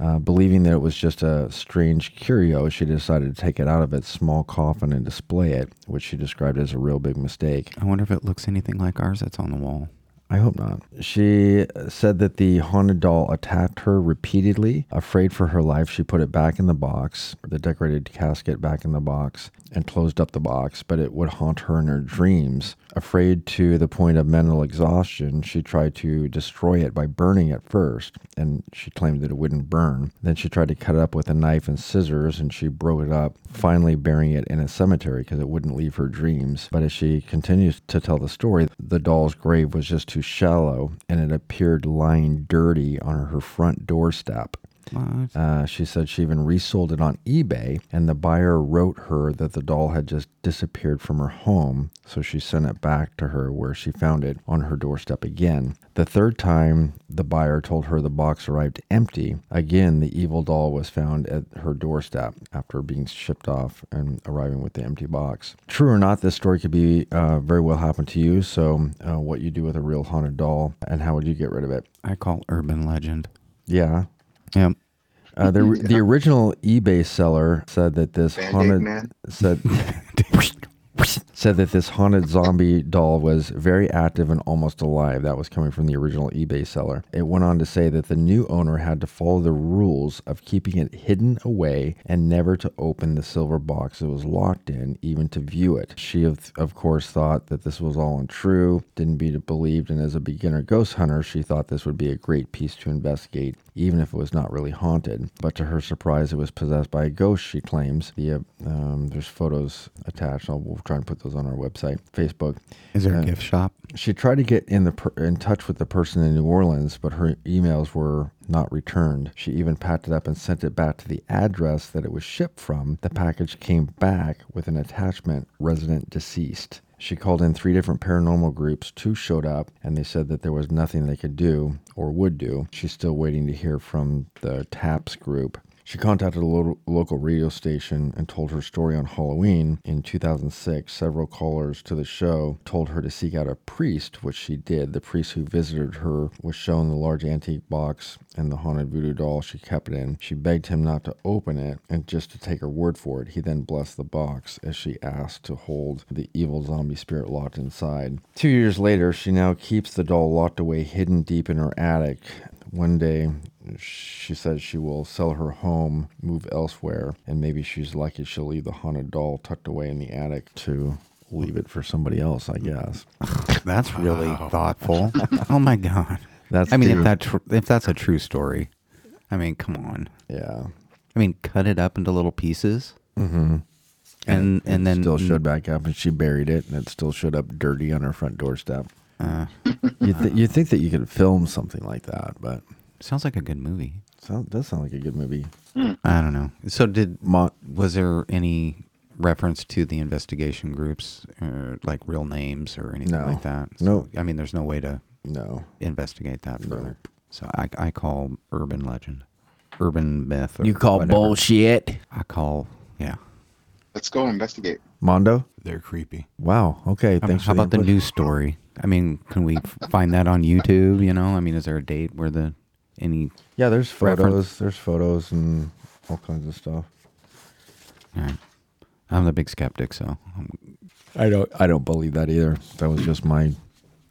Uh, believing that it was just a strange curio, she decided to take it out of its small coffin and display it, which she described as a real big mistake. I wonder if it looks anything like ours that's on the wall. I hope not. She said that the haunted doll attacked her repeatedly. Afraid for her life, she put it back in the box, the decorated casket back in the box, and closed up the box, but it would haunt her in her dreams. Afraid to the point of mental exhaustion, she tried to destroy it by burning it first, and she claimed that it wouldn't burn. Then she tried to cut it up with a knife and scissors, and she broke it up, finally burying it in a cemetery because it wouldn't leave her dreams. But as she continues to tell the story, the doll's grave was just too shallow, and it appeared lying dirty on her front doorstep. What? Uh, she said she even resold it on eBay, and the buyer wrote her that the doll had just disappeared from her home, so she sent it back to her where she found it on her doorstep again. The third time, the buyer told her the box arrived empty. Again, the evil doll was found at her doorstep after being shipped off and arriving with the empty box. True or not, this story could be uh, very well happen to you. So, uh, what you do with a real haunted doll, and how would you get rid of it? I call urban legend. Yeah, Yep. uh, the the original eBay seller said that this Band-Aid haunted man. said said that this haunted zombie doll was very active and almost alive. That was coming from the original eBay seller. It went on to say that the new owner had to follow the rules of keeping it hidden away and never to open the silver box it was locked in, even to view it. She of, of course thought that this was all untrue, didn't be believed, and as a beginner ghost hunter, she thought this would be a great piece to investigate, even if it was not really haunted. But to her surprise, it was possessed by a ghost. She claims the uh, um, there's photos attached. I'll we'll try and put those articles on our website, Facebook. Is there a Uh, gift shop? She tried to get in the per- in touch with the person in New Orleans, but her emails were not returned. She even packed it up and sent it back to the address that it was shipped from. The package came back with an attachment resident deceased. She called in three different paranormal groups. Two showed up, and they said that there was nothing they could do or would do. She's still waiting to hear from the TAPS group. She contacted a lo- local radio station and told her story on Halloween in 2006. Several callers to the show told her to seek out a priest, which she did. The priest who visited her was shown the large antique box and the haunted voodoo doll she kept it in. She begged him not to open it and just to take her word for it. He then blessed the box as she asked to hold the evil zombie spirit locked inside. Two years later, she now keeps the doll locked away hidden deep in her attic. One day, she says she will sell her home, move elsewhere, and maybe she's lucky she'll leave the haunted doll tucked away in the attic to leave it for somebody else, I guess. That's really thoughtful. oh my god. That's I mean, the- if that tr- if that's a true story, I mean, come on. Yeah. I mean, cut it up into little pieces, Mm-hmm. and and then still showed back up, and she buried it, and it still showed up dirty on her front doorstep. Uh. you th- you think that you could film something like that, but sounds like a good movie. sound, does sound like a good movie. I don't know. So did Mo- was there any reference to the investigation groups, or like real names or anything No. like that? No. I mean, there's no way to No, investigate that further. So I I call urban legend, urban myth. or You call whatever. bullshit. I call yeah. Let's go investigate. Mondo. They're creepy. Wow. Okay. I mean, Thanks. how for the about the input. news story? I mean, can we f- find that on YouTube? You know, I mean, is there a date where the any? Yeah, there's photos. reference? There's photos and all kinds of stuff. All right. I'm the big skeptic, so I'm, I don't. I don't believe that either. That was just my.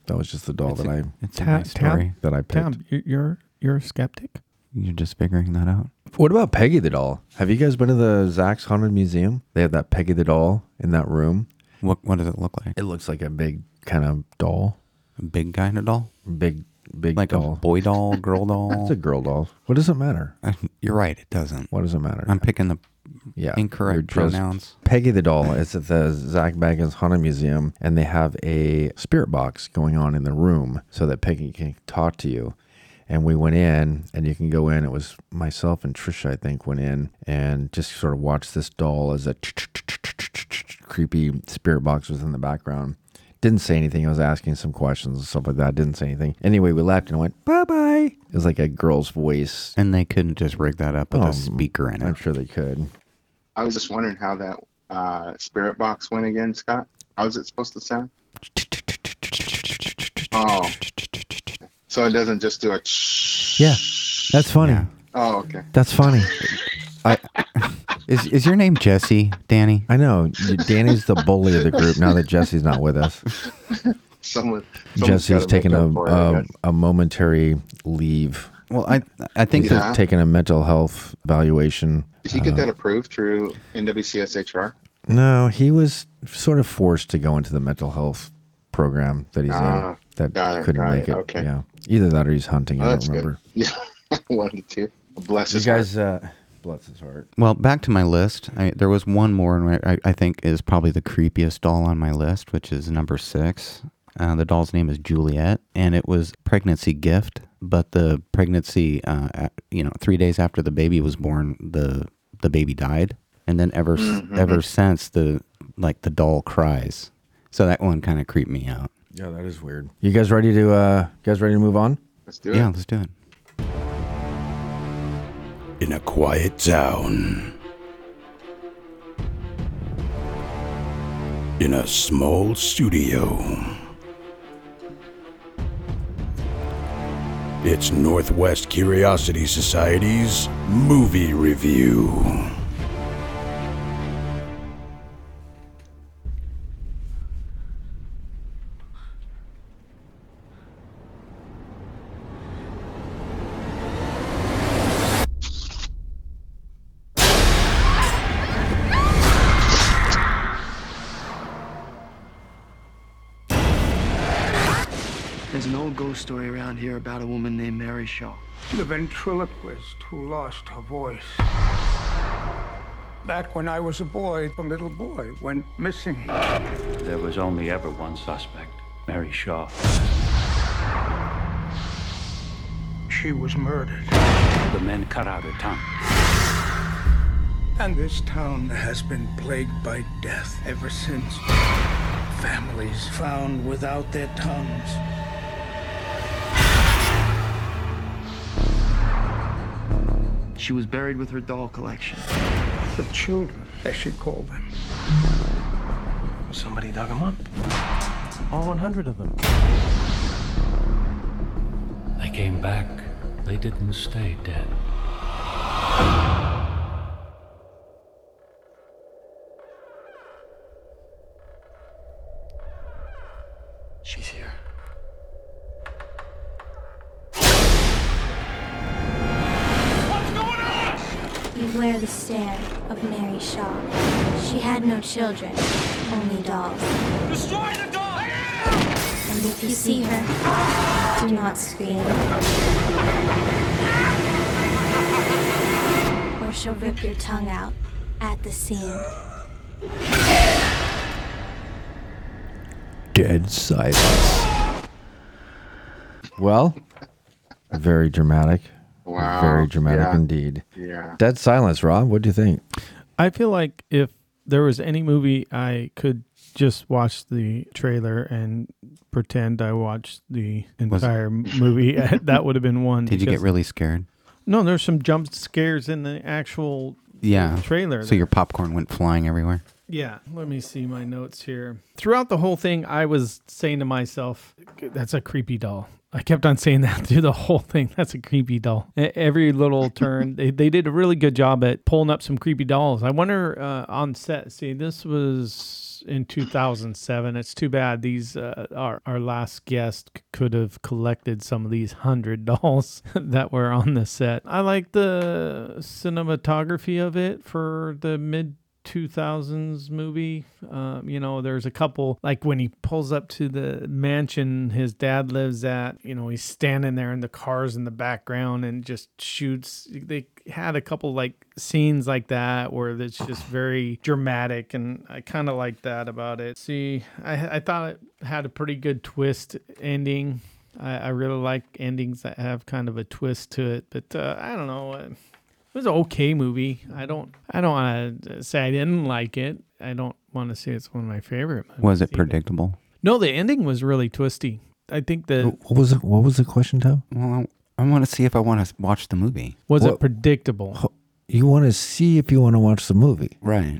That was just the doll It's that a- I it's a Ta- nice ta- story. that I picked. Tom, you- you're you're a skeptic. You're just figuring that out. What about Peggy the doll? Have you guys been to the Zach's Haunted Museum? They have that Peggy the doll in that room. What What does it look like? It looks like a big kind of doll, A big kind of doll, big big like a doll. boy doll, girl doll. it's a girl doll. What does it matter? You're right. It doesn't. What does it matter? I'm picking the yeah, you're incorrect just- pronouns. Peggy the doll is at the Zach Baggins Haunted Museum, and they have a spirit box going on in the room so that Peggy can talk to you. And we went in, and you can go in. It was myself and Trisha, I think, went in and just sort of watched this doll as a creepy spirit box was in the background. Didn't say anything. I was asking some questions and stuff like that. Didn't say anything. Anyway, we left and went bye bye. It was like a girl's voice. And they couldn't just rig that up with Oh, a speaker in I'm it. sure they could. I was just wondering how that uh, spirit box went again, Scott. How's it supposed to sound? Oh. So it doesn't just do a. Yeah, that's funny. Yeah. Oh, okay. That's funny. Is Is your name Jesse, Danny? I know. Danny's the bully of the group now that Jesse's not with us. Someone. someone's Jesse's gotta taken make a, up for it, I a, guess. a momentary leave. Well, I I think He's that Yeah. taken a mental health evaluation. Did he get that approved through NWCSHR? No, he was sort of forced to go into the mental health program that he's Ah, in got that it, couldn't got make it, it. okay. Yeah. Either that or he's hunting. Oh, I that's don't good. remember. Yeah, one to two. Bless You his heart. guys, uh, bless his heart. Well, back to my list. I, there was one more, and I, I think is probably the creepiest doll on my list, which is number six. Uh, the doll's name is Juliet, and it was pregnancy gift. But the pregnancy, uh, a- you know, three days after the baby was born, the the baby died, and then ever s Mm-hmm. ever since the like the doll cries. So that one kind of creeped me out. Yeah, that is weird. You guys ready to, uh, you guys ready to move on? Let's do Yeah, it. let's do it. in a quiet town. In a small studio. It's Northwest Curiosity Society's movie review. There's an old ghost story around here about a woman named Mary Shaw. the ventriloquist who lost her voice. Back when I was a boy, a little boy went missing. There was only ever one suspect Mary Shaw. She was murdered. The men cut out her tongue. And this town has been plagued by death ever since. Families found without their tongues. She was buried with her doll collection. The children, as she called them. Somebody dug them up. All 100 of them. They came back. They didn't stay dead. She's here. Beware the stare of Mary Shaw. She had no children, only dolls. Destroy the doll! And if you see her, do not scream. Or she'll rip your tongue out at the seam. Dead silence. Well, very dramatic. Wow. Very dramatic Yeah. indeed. Yeah. Dead silence, Rob. What do you think? I feel like if there was any movie I could just watch the trailer and pretend I watched the Was- entire movie, that would have been one. Did you get because- really scared? No, there's some jump scares in the actual Yeah. trailer. Oh. So your popcorn went flying everywhere. Yeah, let me see my notes here. Throughout the whole thing, I was saying to myself, that's a creepy doll. I kept on saying that through the whole thing. That's a creepy doll. E- Every little turn, they, they did a really good job at pulling up some creepy dolls. I wonder uh, on set, see, this was in 2007. It's too bad these, uh, our, our last guest c- could have collected some of these hundred dolls that were on the set. I like the cinematography of it for the mid 2000s movie. Um, you know, there's a couple, like when he pulls up to the mansion his dad lives at, you know, he's standing there and the cars in the background and just shoots. They had a couple like scenes like that where it's just very dramatic. And I kind of like that about it. See, I, I thought it had a pretty good twist ending. I, I really like endings that have kind of a twist to it, but uh, I don't know. It was an okay movie. I don't. I don't want to say I didn't like it. I don't want to say it's one of my favorite. Movies Was it either. predictable? No, the ending was really twisty. I think that What was it? What was the question, Tom? Well, I, I want to see if I want to watch the movie. was What- it predictable. You want to see if you want to watch the movie, right?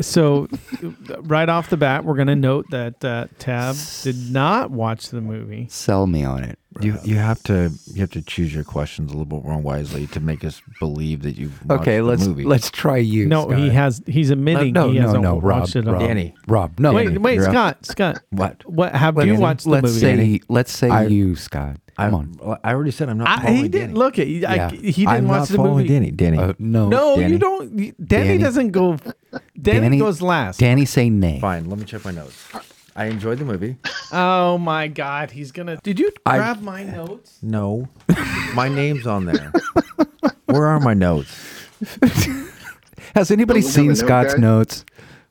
So, right off the bat, we're gonna note that uh, Tab did not watch the movie. Sell me on it. You you have to you have to choose your questions a little bit more wisely to make us believe that you've watched Okay, the let's- movie. let's try you, No, he has. He's admitting No, he no, hasn't no, Rob, watched it. at all. Rob, Danny, Rob, no, wait, Danny, wait, you're up. Scott, Scott. What? What have What, you Danny? watched Let's the movie? say- Danny? Let's say I- you, Scott. Come on. I already said I'm not. I- he following didn't Danny. look at- I- Yeah. he didn't I'm watch not the following movie. Uh, Danny. Danny, Uh, no, No, you don't. Danny, doesn't go. Danny, goes last. Danny say nay. Fine, let me check my notes. I enjoyed the movie. Oh my God, he's gonna. Did you I- grab my notes? No, my name's on there. Where are my notes? Has anybody Don't we have seen a note Scott's guy? notes?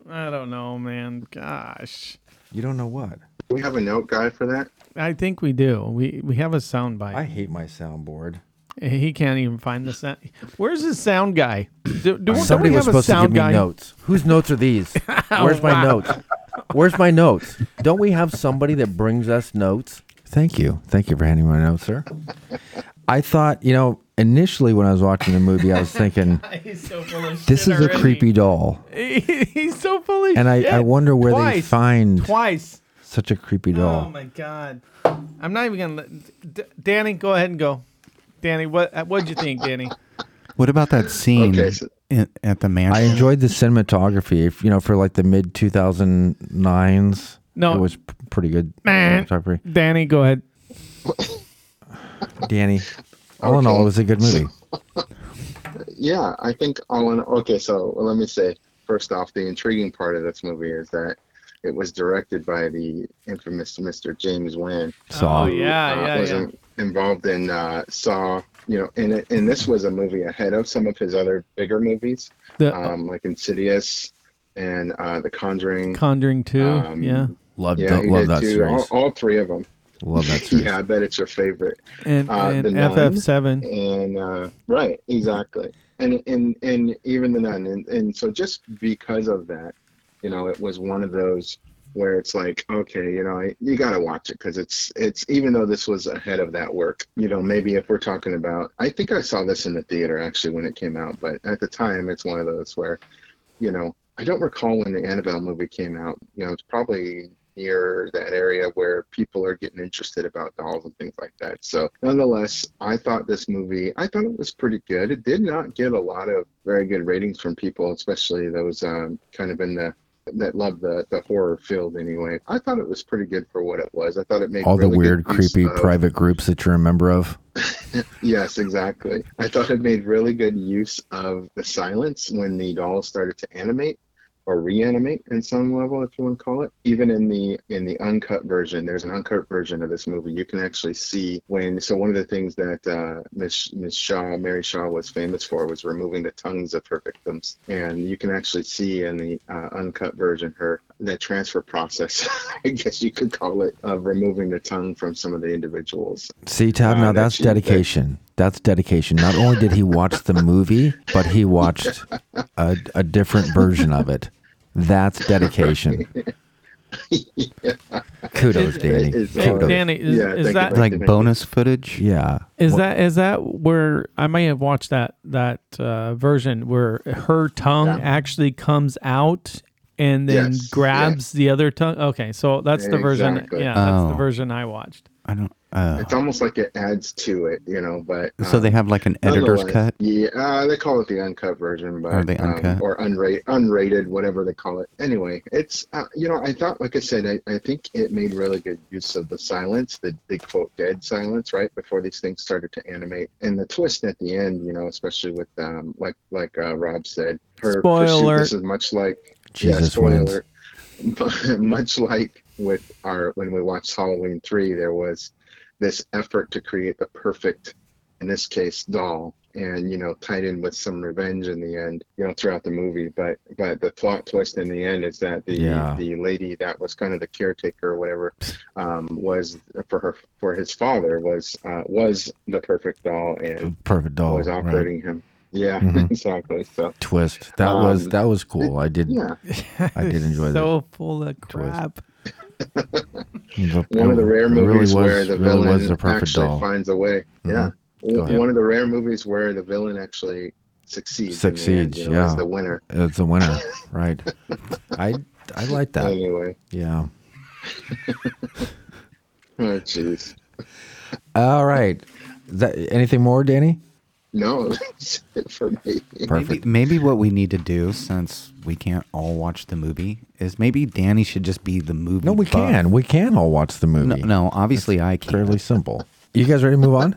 I don't know, man. Gosh, you don't know what. Do we have a note guy for that? I think we do. We we have a sound bite. I hate my soundboard. He can't even find the sound. Where's his sound guy? Do, Somebody do, don't we was have a supposed to give sound me guy? Oh, notes. Whose notes are these? Where's my Wow. notes? Where's my notes? Don't we have somebody that brings us notes? Thank you. Thank you for handing me my notes, sir. I thought, you know, initially when I was watching the movie, I was thinking, He's so full of this shit is a already. creepy doll. he's so full of And I, shit. I wonder where they Twice. find twice. such a creepy Oh doll. my God, I'm not even gonna. Let, D- Danny, go ahead and go. Danny, what uh, what'd you think, Danny? What about that scene in- at the mansion? I enjoyed the cinematography, if, you know, for like the mid 2009s. No. It was p- pretty good. Man. cinematography. Danny, go ahead. Danny, all in all, it was a good movie. yeah, I think all in okay. So let me say first off, the intriguing part of this movie is that it was directed by the infamous Mr. James Wan. Saw. Oh, yeah, yeah, was yeah. in- involved in uh, Saw. You know, and it- and this was a movie ahead of some of his other bigger movies, The- um, like Insidious. and uh, The Conjuring. Conjuring Two. Um, yeah. Love yeah, don't he love did that too. series. All, all three of them. Love that series. yeah, I bet it's your favorite. And- and uh, The Nun FF7. And uh, right, exactly. And and and even the nun. And and so just because of that, you know, it was one of those where it's like, okay, you know, I, you got to watch it because it's it's even though this was ahead of that work, you know, maybe if we're talking about, I think I saw this in the theater actually when it came out, but at the time, it's one of those where, you know, I don't recall when the Annabelle movie came out. You know, it's probably near that area where people are getting interested about dolls and things like that. So, nonetheless, I thought this movie, I thought it was pretty good. It did not get a lot of very good ratings from people, especially those um, kind of in the that love the the horror field anyway. I thought it was pretty good for what it was. I thought it made All the really good weird, use creepy of- private groups that you're a member of. yes, exactly. I thought it made really good use of the silence when the dolls started to animate or reanimate in some level, if you want to call it. Even in the in the uncut version, there's an uncut version of this movie. You can actually see when. So one of the things that uh, Miss Miss Shaw, Mary Shaw, was famous for was removing the tongues of her victims, and you can actually see in the uh, uncut version her the transfer process. I guess you could call it of removing the tongue from some of the individuals. See, Todd, now that's dedication. That's dedication. Not only did he watch the movie, but he watched a, a different version of it. That's dedication. Kudos, Danny. Is- Hey, Kudos. Danny, is- Yeah, is thank you that- very like much. bonus footage? Yeah. Is that is that where I may have watched that that uh, version where her tongue Yeah. actually comes out and then Yes, grabs the other tongue? Okay, so that's the version. Exactly. Yeah, that's the Oh. version I watched. I don't. Uh, it's almost like it adds to it, you know. But So um, they have, like, an editor's nonetheless, cut? Yeah, uh, they call it the uncut version, but Are they um, uncut? or unrated, unrated, whatever they call it. Anyway, it's uh, you know, I thought, like I said, I, I think it made really good use of the silence, the, the quote dead silence, right before these things started to animate, and the twist at the end, you know, especially with um, like like uh, Rob said, her Spoiler pursuit, alert. This is much like yeah, Jesus spoiler wins. alert. But much like with our when we watched Halloween three, there was this effort to create the perfect, in this case, doll, and you know, tied in with some revenge in the end, you know, throughout the movie. But but the plot twist in the end is that the Yeah. the lady that was kind of the caretaker or whatever um, was for her for his father was uh, was the perfect doll and Perfect doll, was Oh, right. operating him. Yeah, Mhm. exactly. So Twist. That was Um, that was cool. I did. yeah. I did enjoy that. So full of crap. one of the rare It really movies was- where the really was villain the perfect actually doll. finds a way. Mhm. Yeah, Go one ahead. one of the rare movies where the villain actually succeeds. in the end, Succeeds. you know, yeah. is the winner. It's the winner. right. I I like that. Anyway, Yeah. oh jeez, All right. Is that anything more, Danny? no, that's it for me. Perfect. Maybe, maybe what we need to do, since we can't all watch the movie, is maybe Danny should just be the movie. No, we buff. can. We can all watch the movie. No, no, obviously I can. Fairly simple. You guys ready to move on?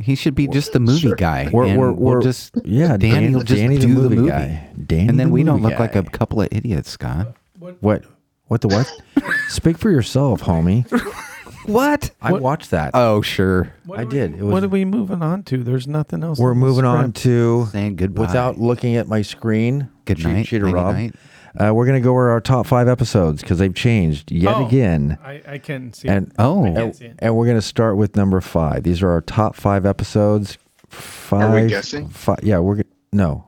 He should be just the movie guy. We're- and we're- we'll we're- just yeah, Danny Dan- will just Danny the do the movie movie, guy. Danny and then the we don't movie look like a couple of idiots, Scott. What? What the what? Speak for yourself, homie. What? I What- watched that. Oh, sure. I did. It was What are we moving on to? There's nothing else. We're on the moving on script. to saying goodbye without looking at my screen. Good Cheat night, Sheeter nighty Rob. night. Uh, we're gonna go over our top five episodes because they've changed yet Oh, again. I, I can see. And it. oh, I can and, see it. and we're gonna start with number five. These are our top five episodes. Five. guessing? Five, yeah, we're gonna no.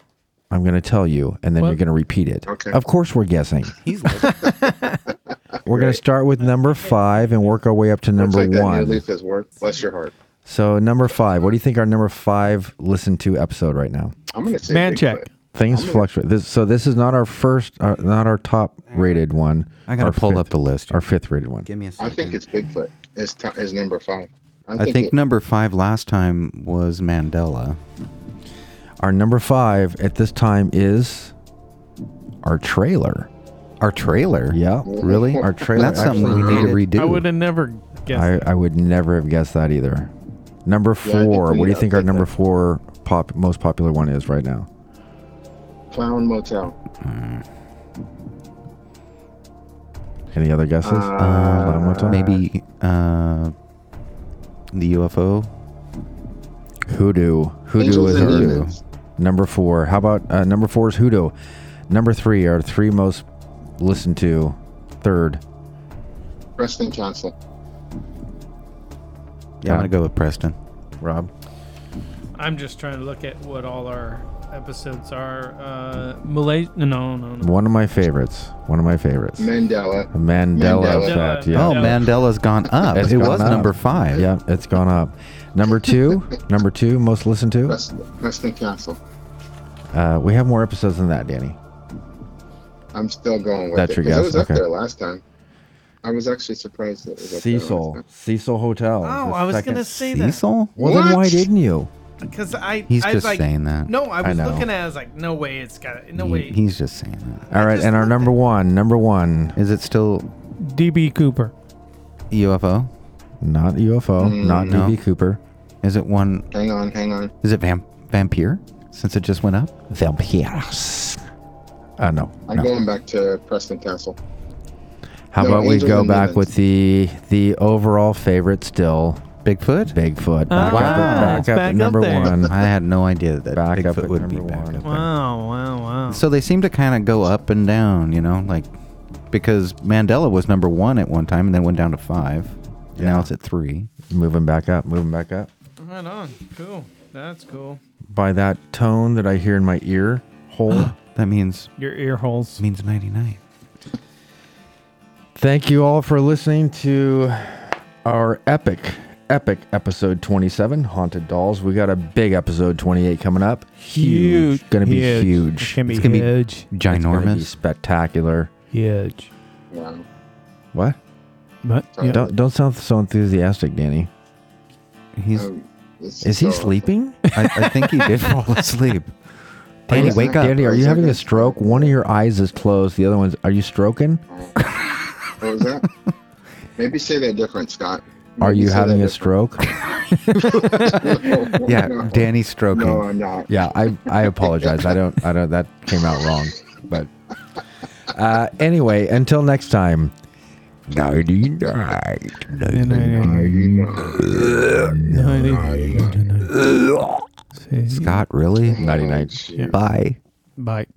I'm gonna tell you, and then you're gonna repeat it. Okay. Of course, we're guessing. He's we're gonna start with number five and work our way up to It's number like that one. new leaf is worth. Bless your heart. So number five, what do you think our number five listen to episode right now? I'm gonna say Man Bigfoot. check. Things fluctuate. This, so this is not our first, uh, not our top rated one. I gotta Our pull fifth- up the list. Our fifth rated one. Give me a I second. think it's Bigfoot. Is t- is number five. I think number five last time was Mandela. Our number five at this time is our trailer. Our trailer. Yeah, Really? Our trailer. That's something actually we need to made it. redo. I would have never guessed. I, I would never have guessed that either. Number Yeah, I think four. we what do you gotta think our take number that. four pop most popular one is right now? Clown Motel. Any other guesses? Clown Motel? Uh, Maybe uh, the UFO. Hoodoo. Hoodoo Angels is and our Demons. number four. How about uh, number four is Hoodoo? Number three, our three most listened to. Third, Preston Johnson. Yeah, I'm gonna go with Preston. Rob. I'm just trying to look at what all our episodes are. Uh, Malaysia? No, no, no. One of my favorites. One of my favorites. Mandela. Mandela, Mandela. effect. Yeah. Oh, Mandela's gone up. It's Oh, It gone was number five. Yeah, it's gone up. Number two. number two. Most listened to. Preston, Preston Johnson. Uh, we have more episodes than that, Danny. I'm still going with That's it. your 'cause It guess, was up okay. there last time. I was actually surprised that it was up there last Cecil. Cecil Hotel. Oh, I was gonna say that. Cecil. Well, then why What? didn't you? Because I, He's I just like, saying that. No, I I was know. looking at. it, I was like, no way, it's got no He- way. he's just saying that. All right, and our number one, number one. Is it still DB Cooper? UFO? Not UFO. not DB Cooper. Is it one? Hang on, hang on. Is it vamp vampire? Since it just went up. Vampires. Uh, no. I'm no. going back to Preston Castle. How No, about we Angels go and back Demons. with the the overall favorite still? Bigfoot. Bigfoot. Back up, Wow, back Ah, it's up back at up number there. one. I had no idea that back up Bigfoot at would be number back one. up. Wow, wow, wow. So they seem to kind of go up and down, you know, like because Mandela was number one at one time and then went down to five. And now it's at three. Moving back up, moving back up. Right on. Cool. That's cool. By that tone that I hear in my ear hole, that means Your ear holes means ninety nine. Thank you all for listening to our epic, epic episode 27, Haunted Dolls. We got a big episode 28 coming up. Huge. Gonna be Huge. huge. It's gonna be It's gonna be huge. It's gonna be ginormous. spectacular. Huge. Wow. What? What? Yeah. Don't don't sound so enthusiastic, Danny. He's This is he Um, so- sleeping? I, I think he did fall asleep. Danny, Danny, wake up. Danny, are you having a stroke? One of your eyes is closed. The other one's. Are you stroking? What was that? Maybe say that different, Scott. Are Maybe you say having a that stroke? different. No, yeah, no. Danny's stroking. No, I'm not. Yeah, I I apologize. I don't I don't that came out wrong. But uh anyway, until next time. Nighty night. Nighty night. Scott, really? Nighty night. Oh, Yeah. Bye. Bye.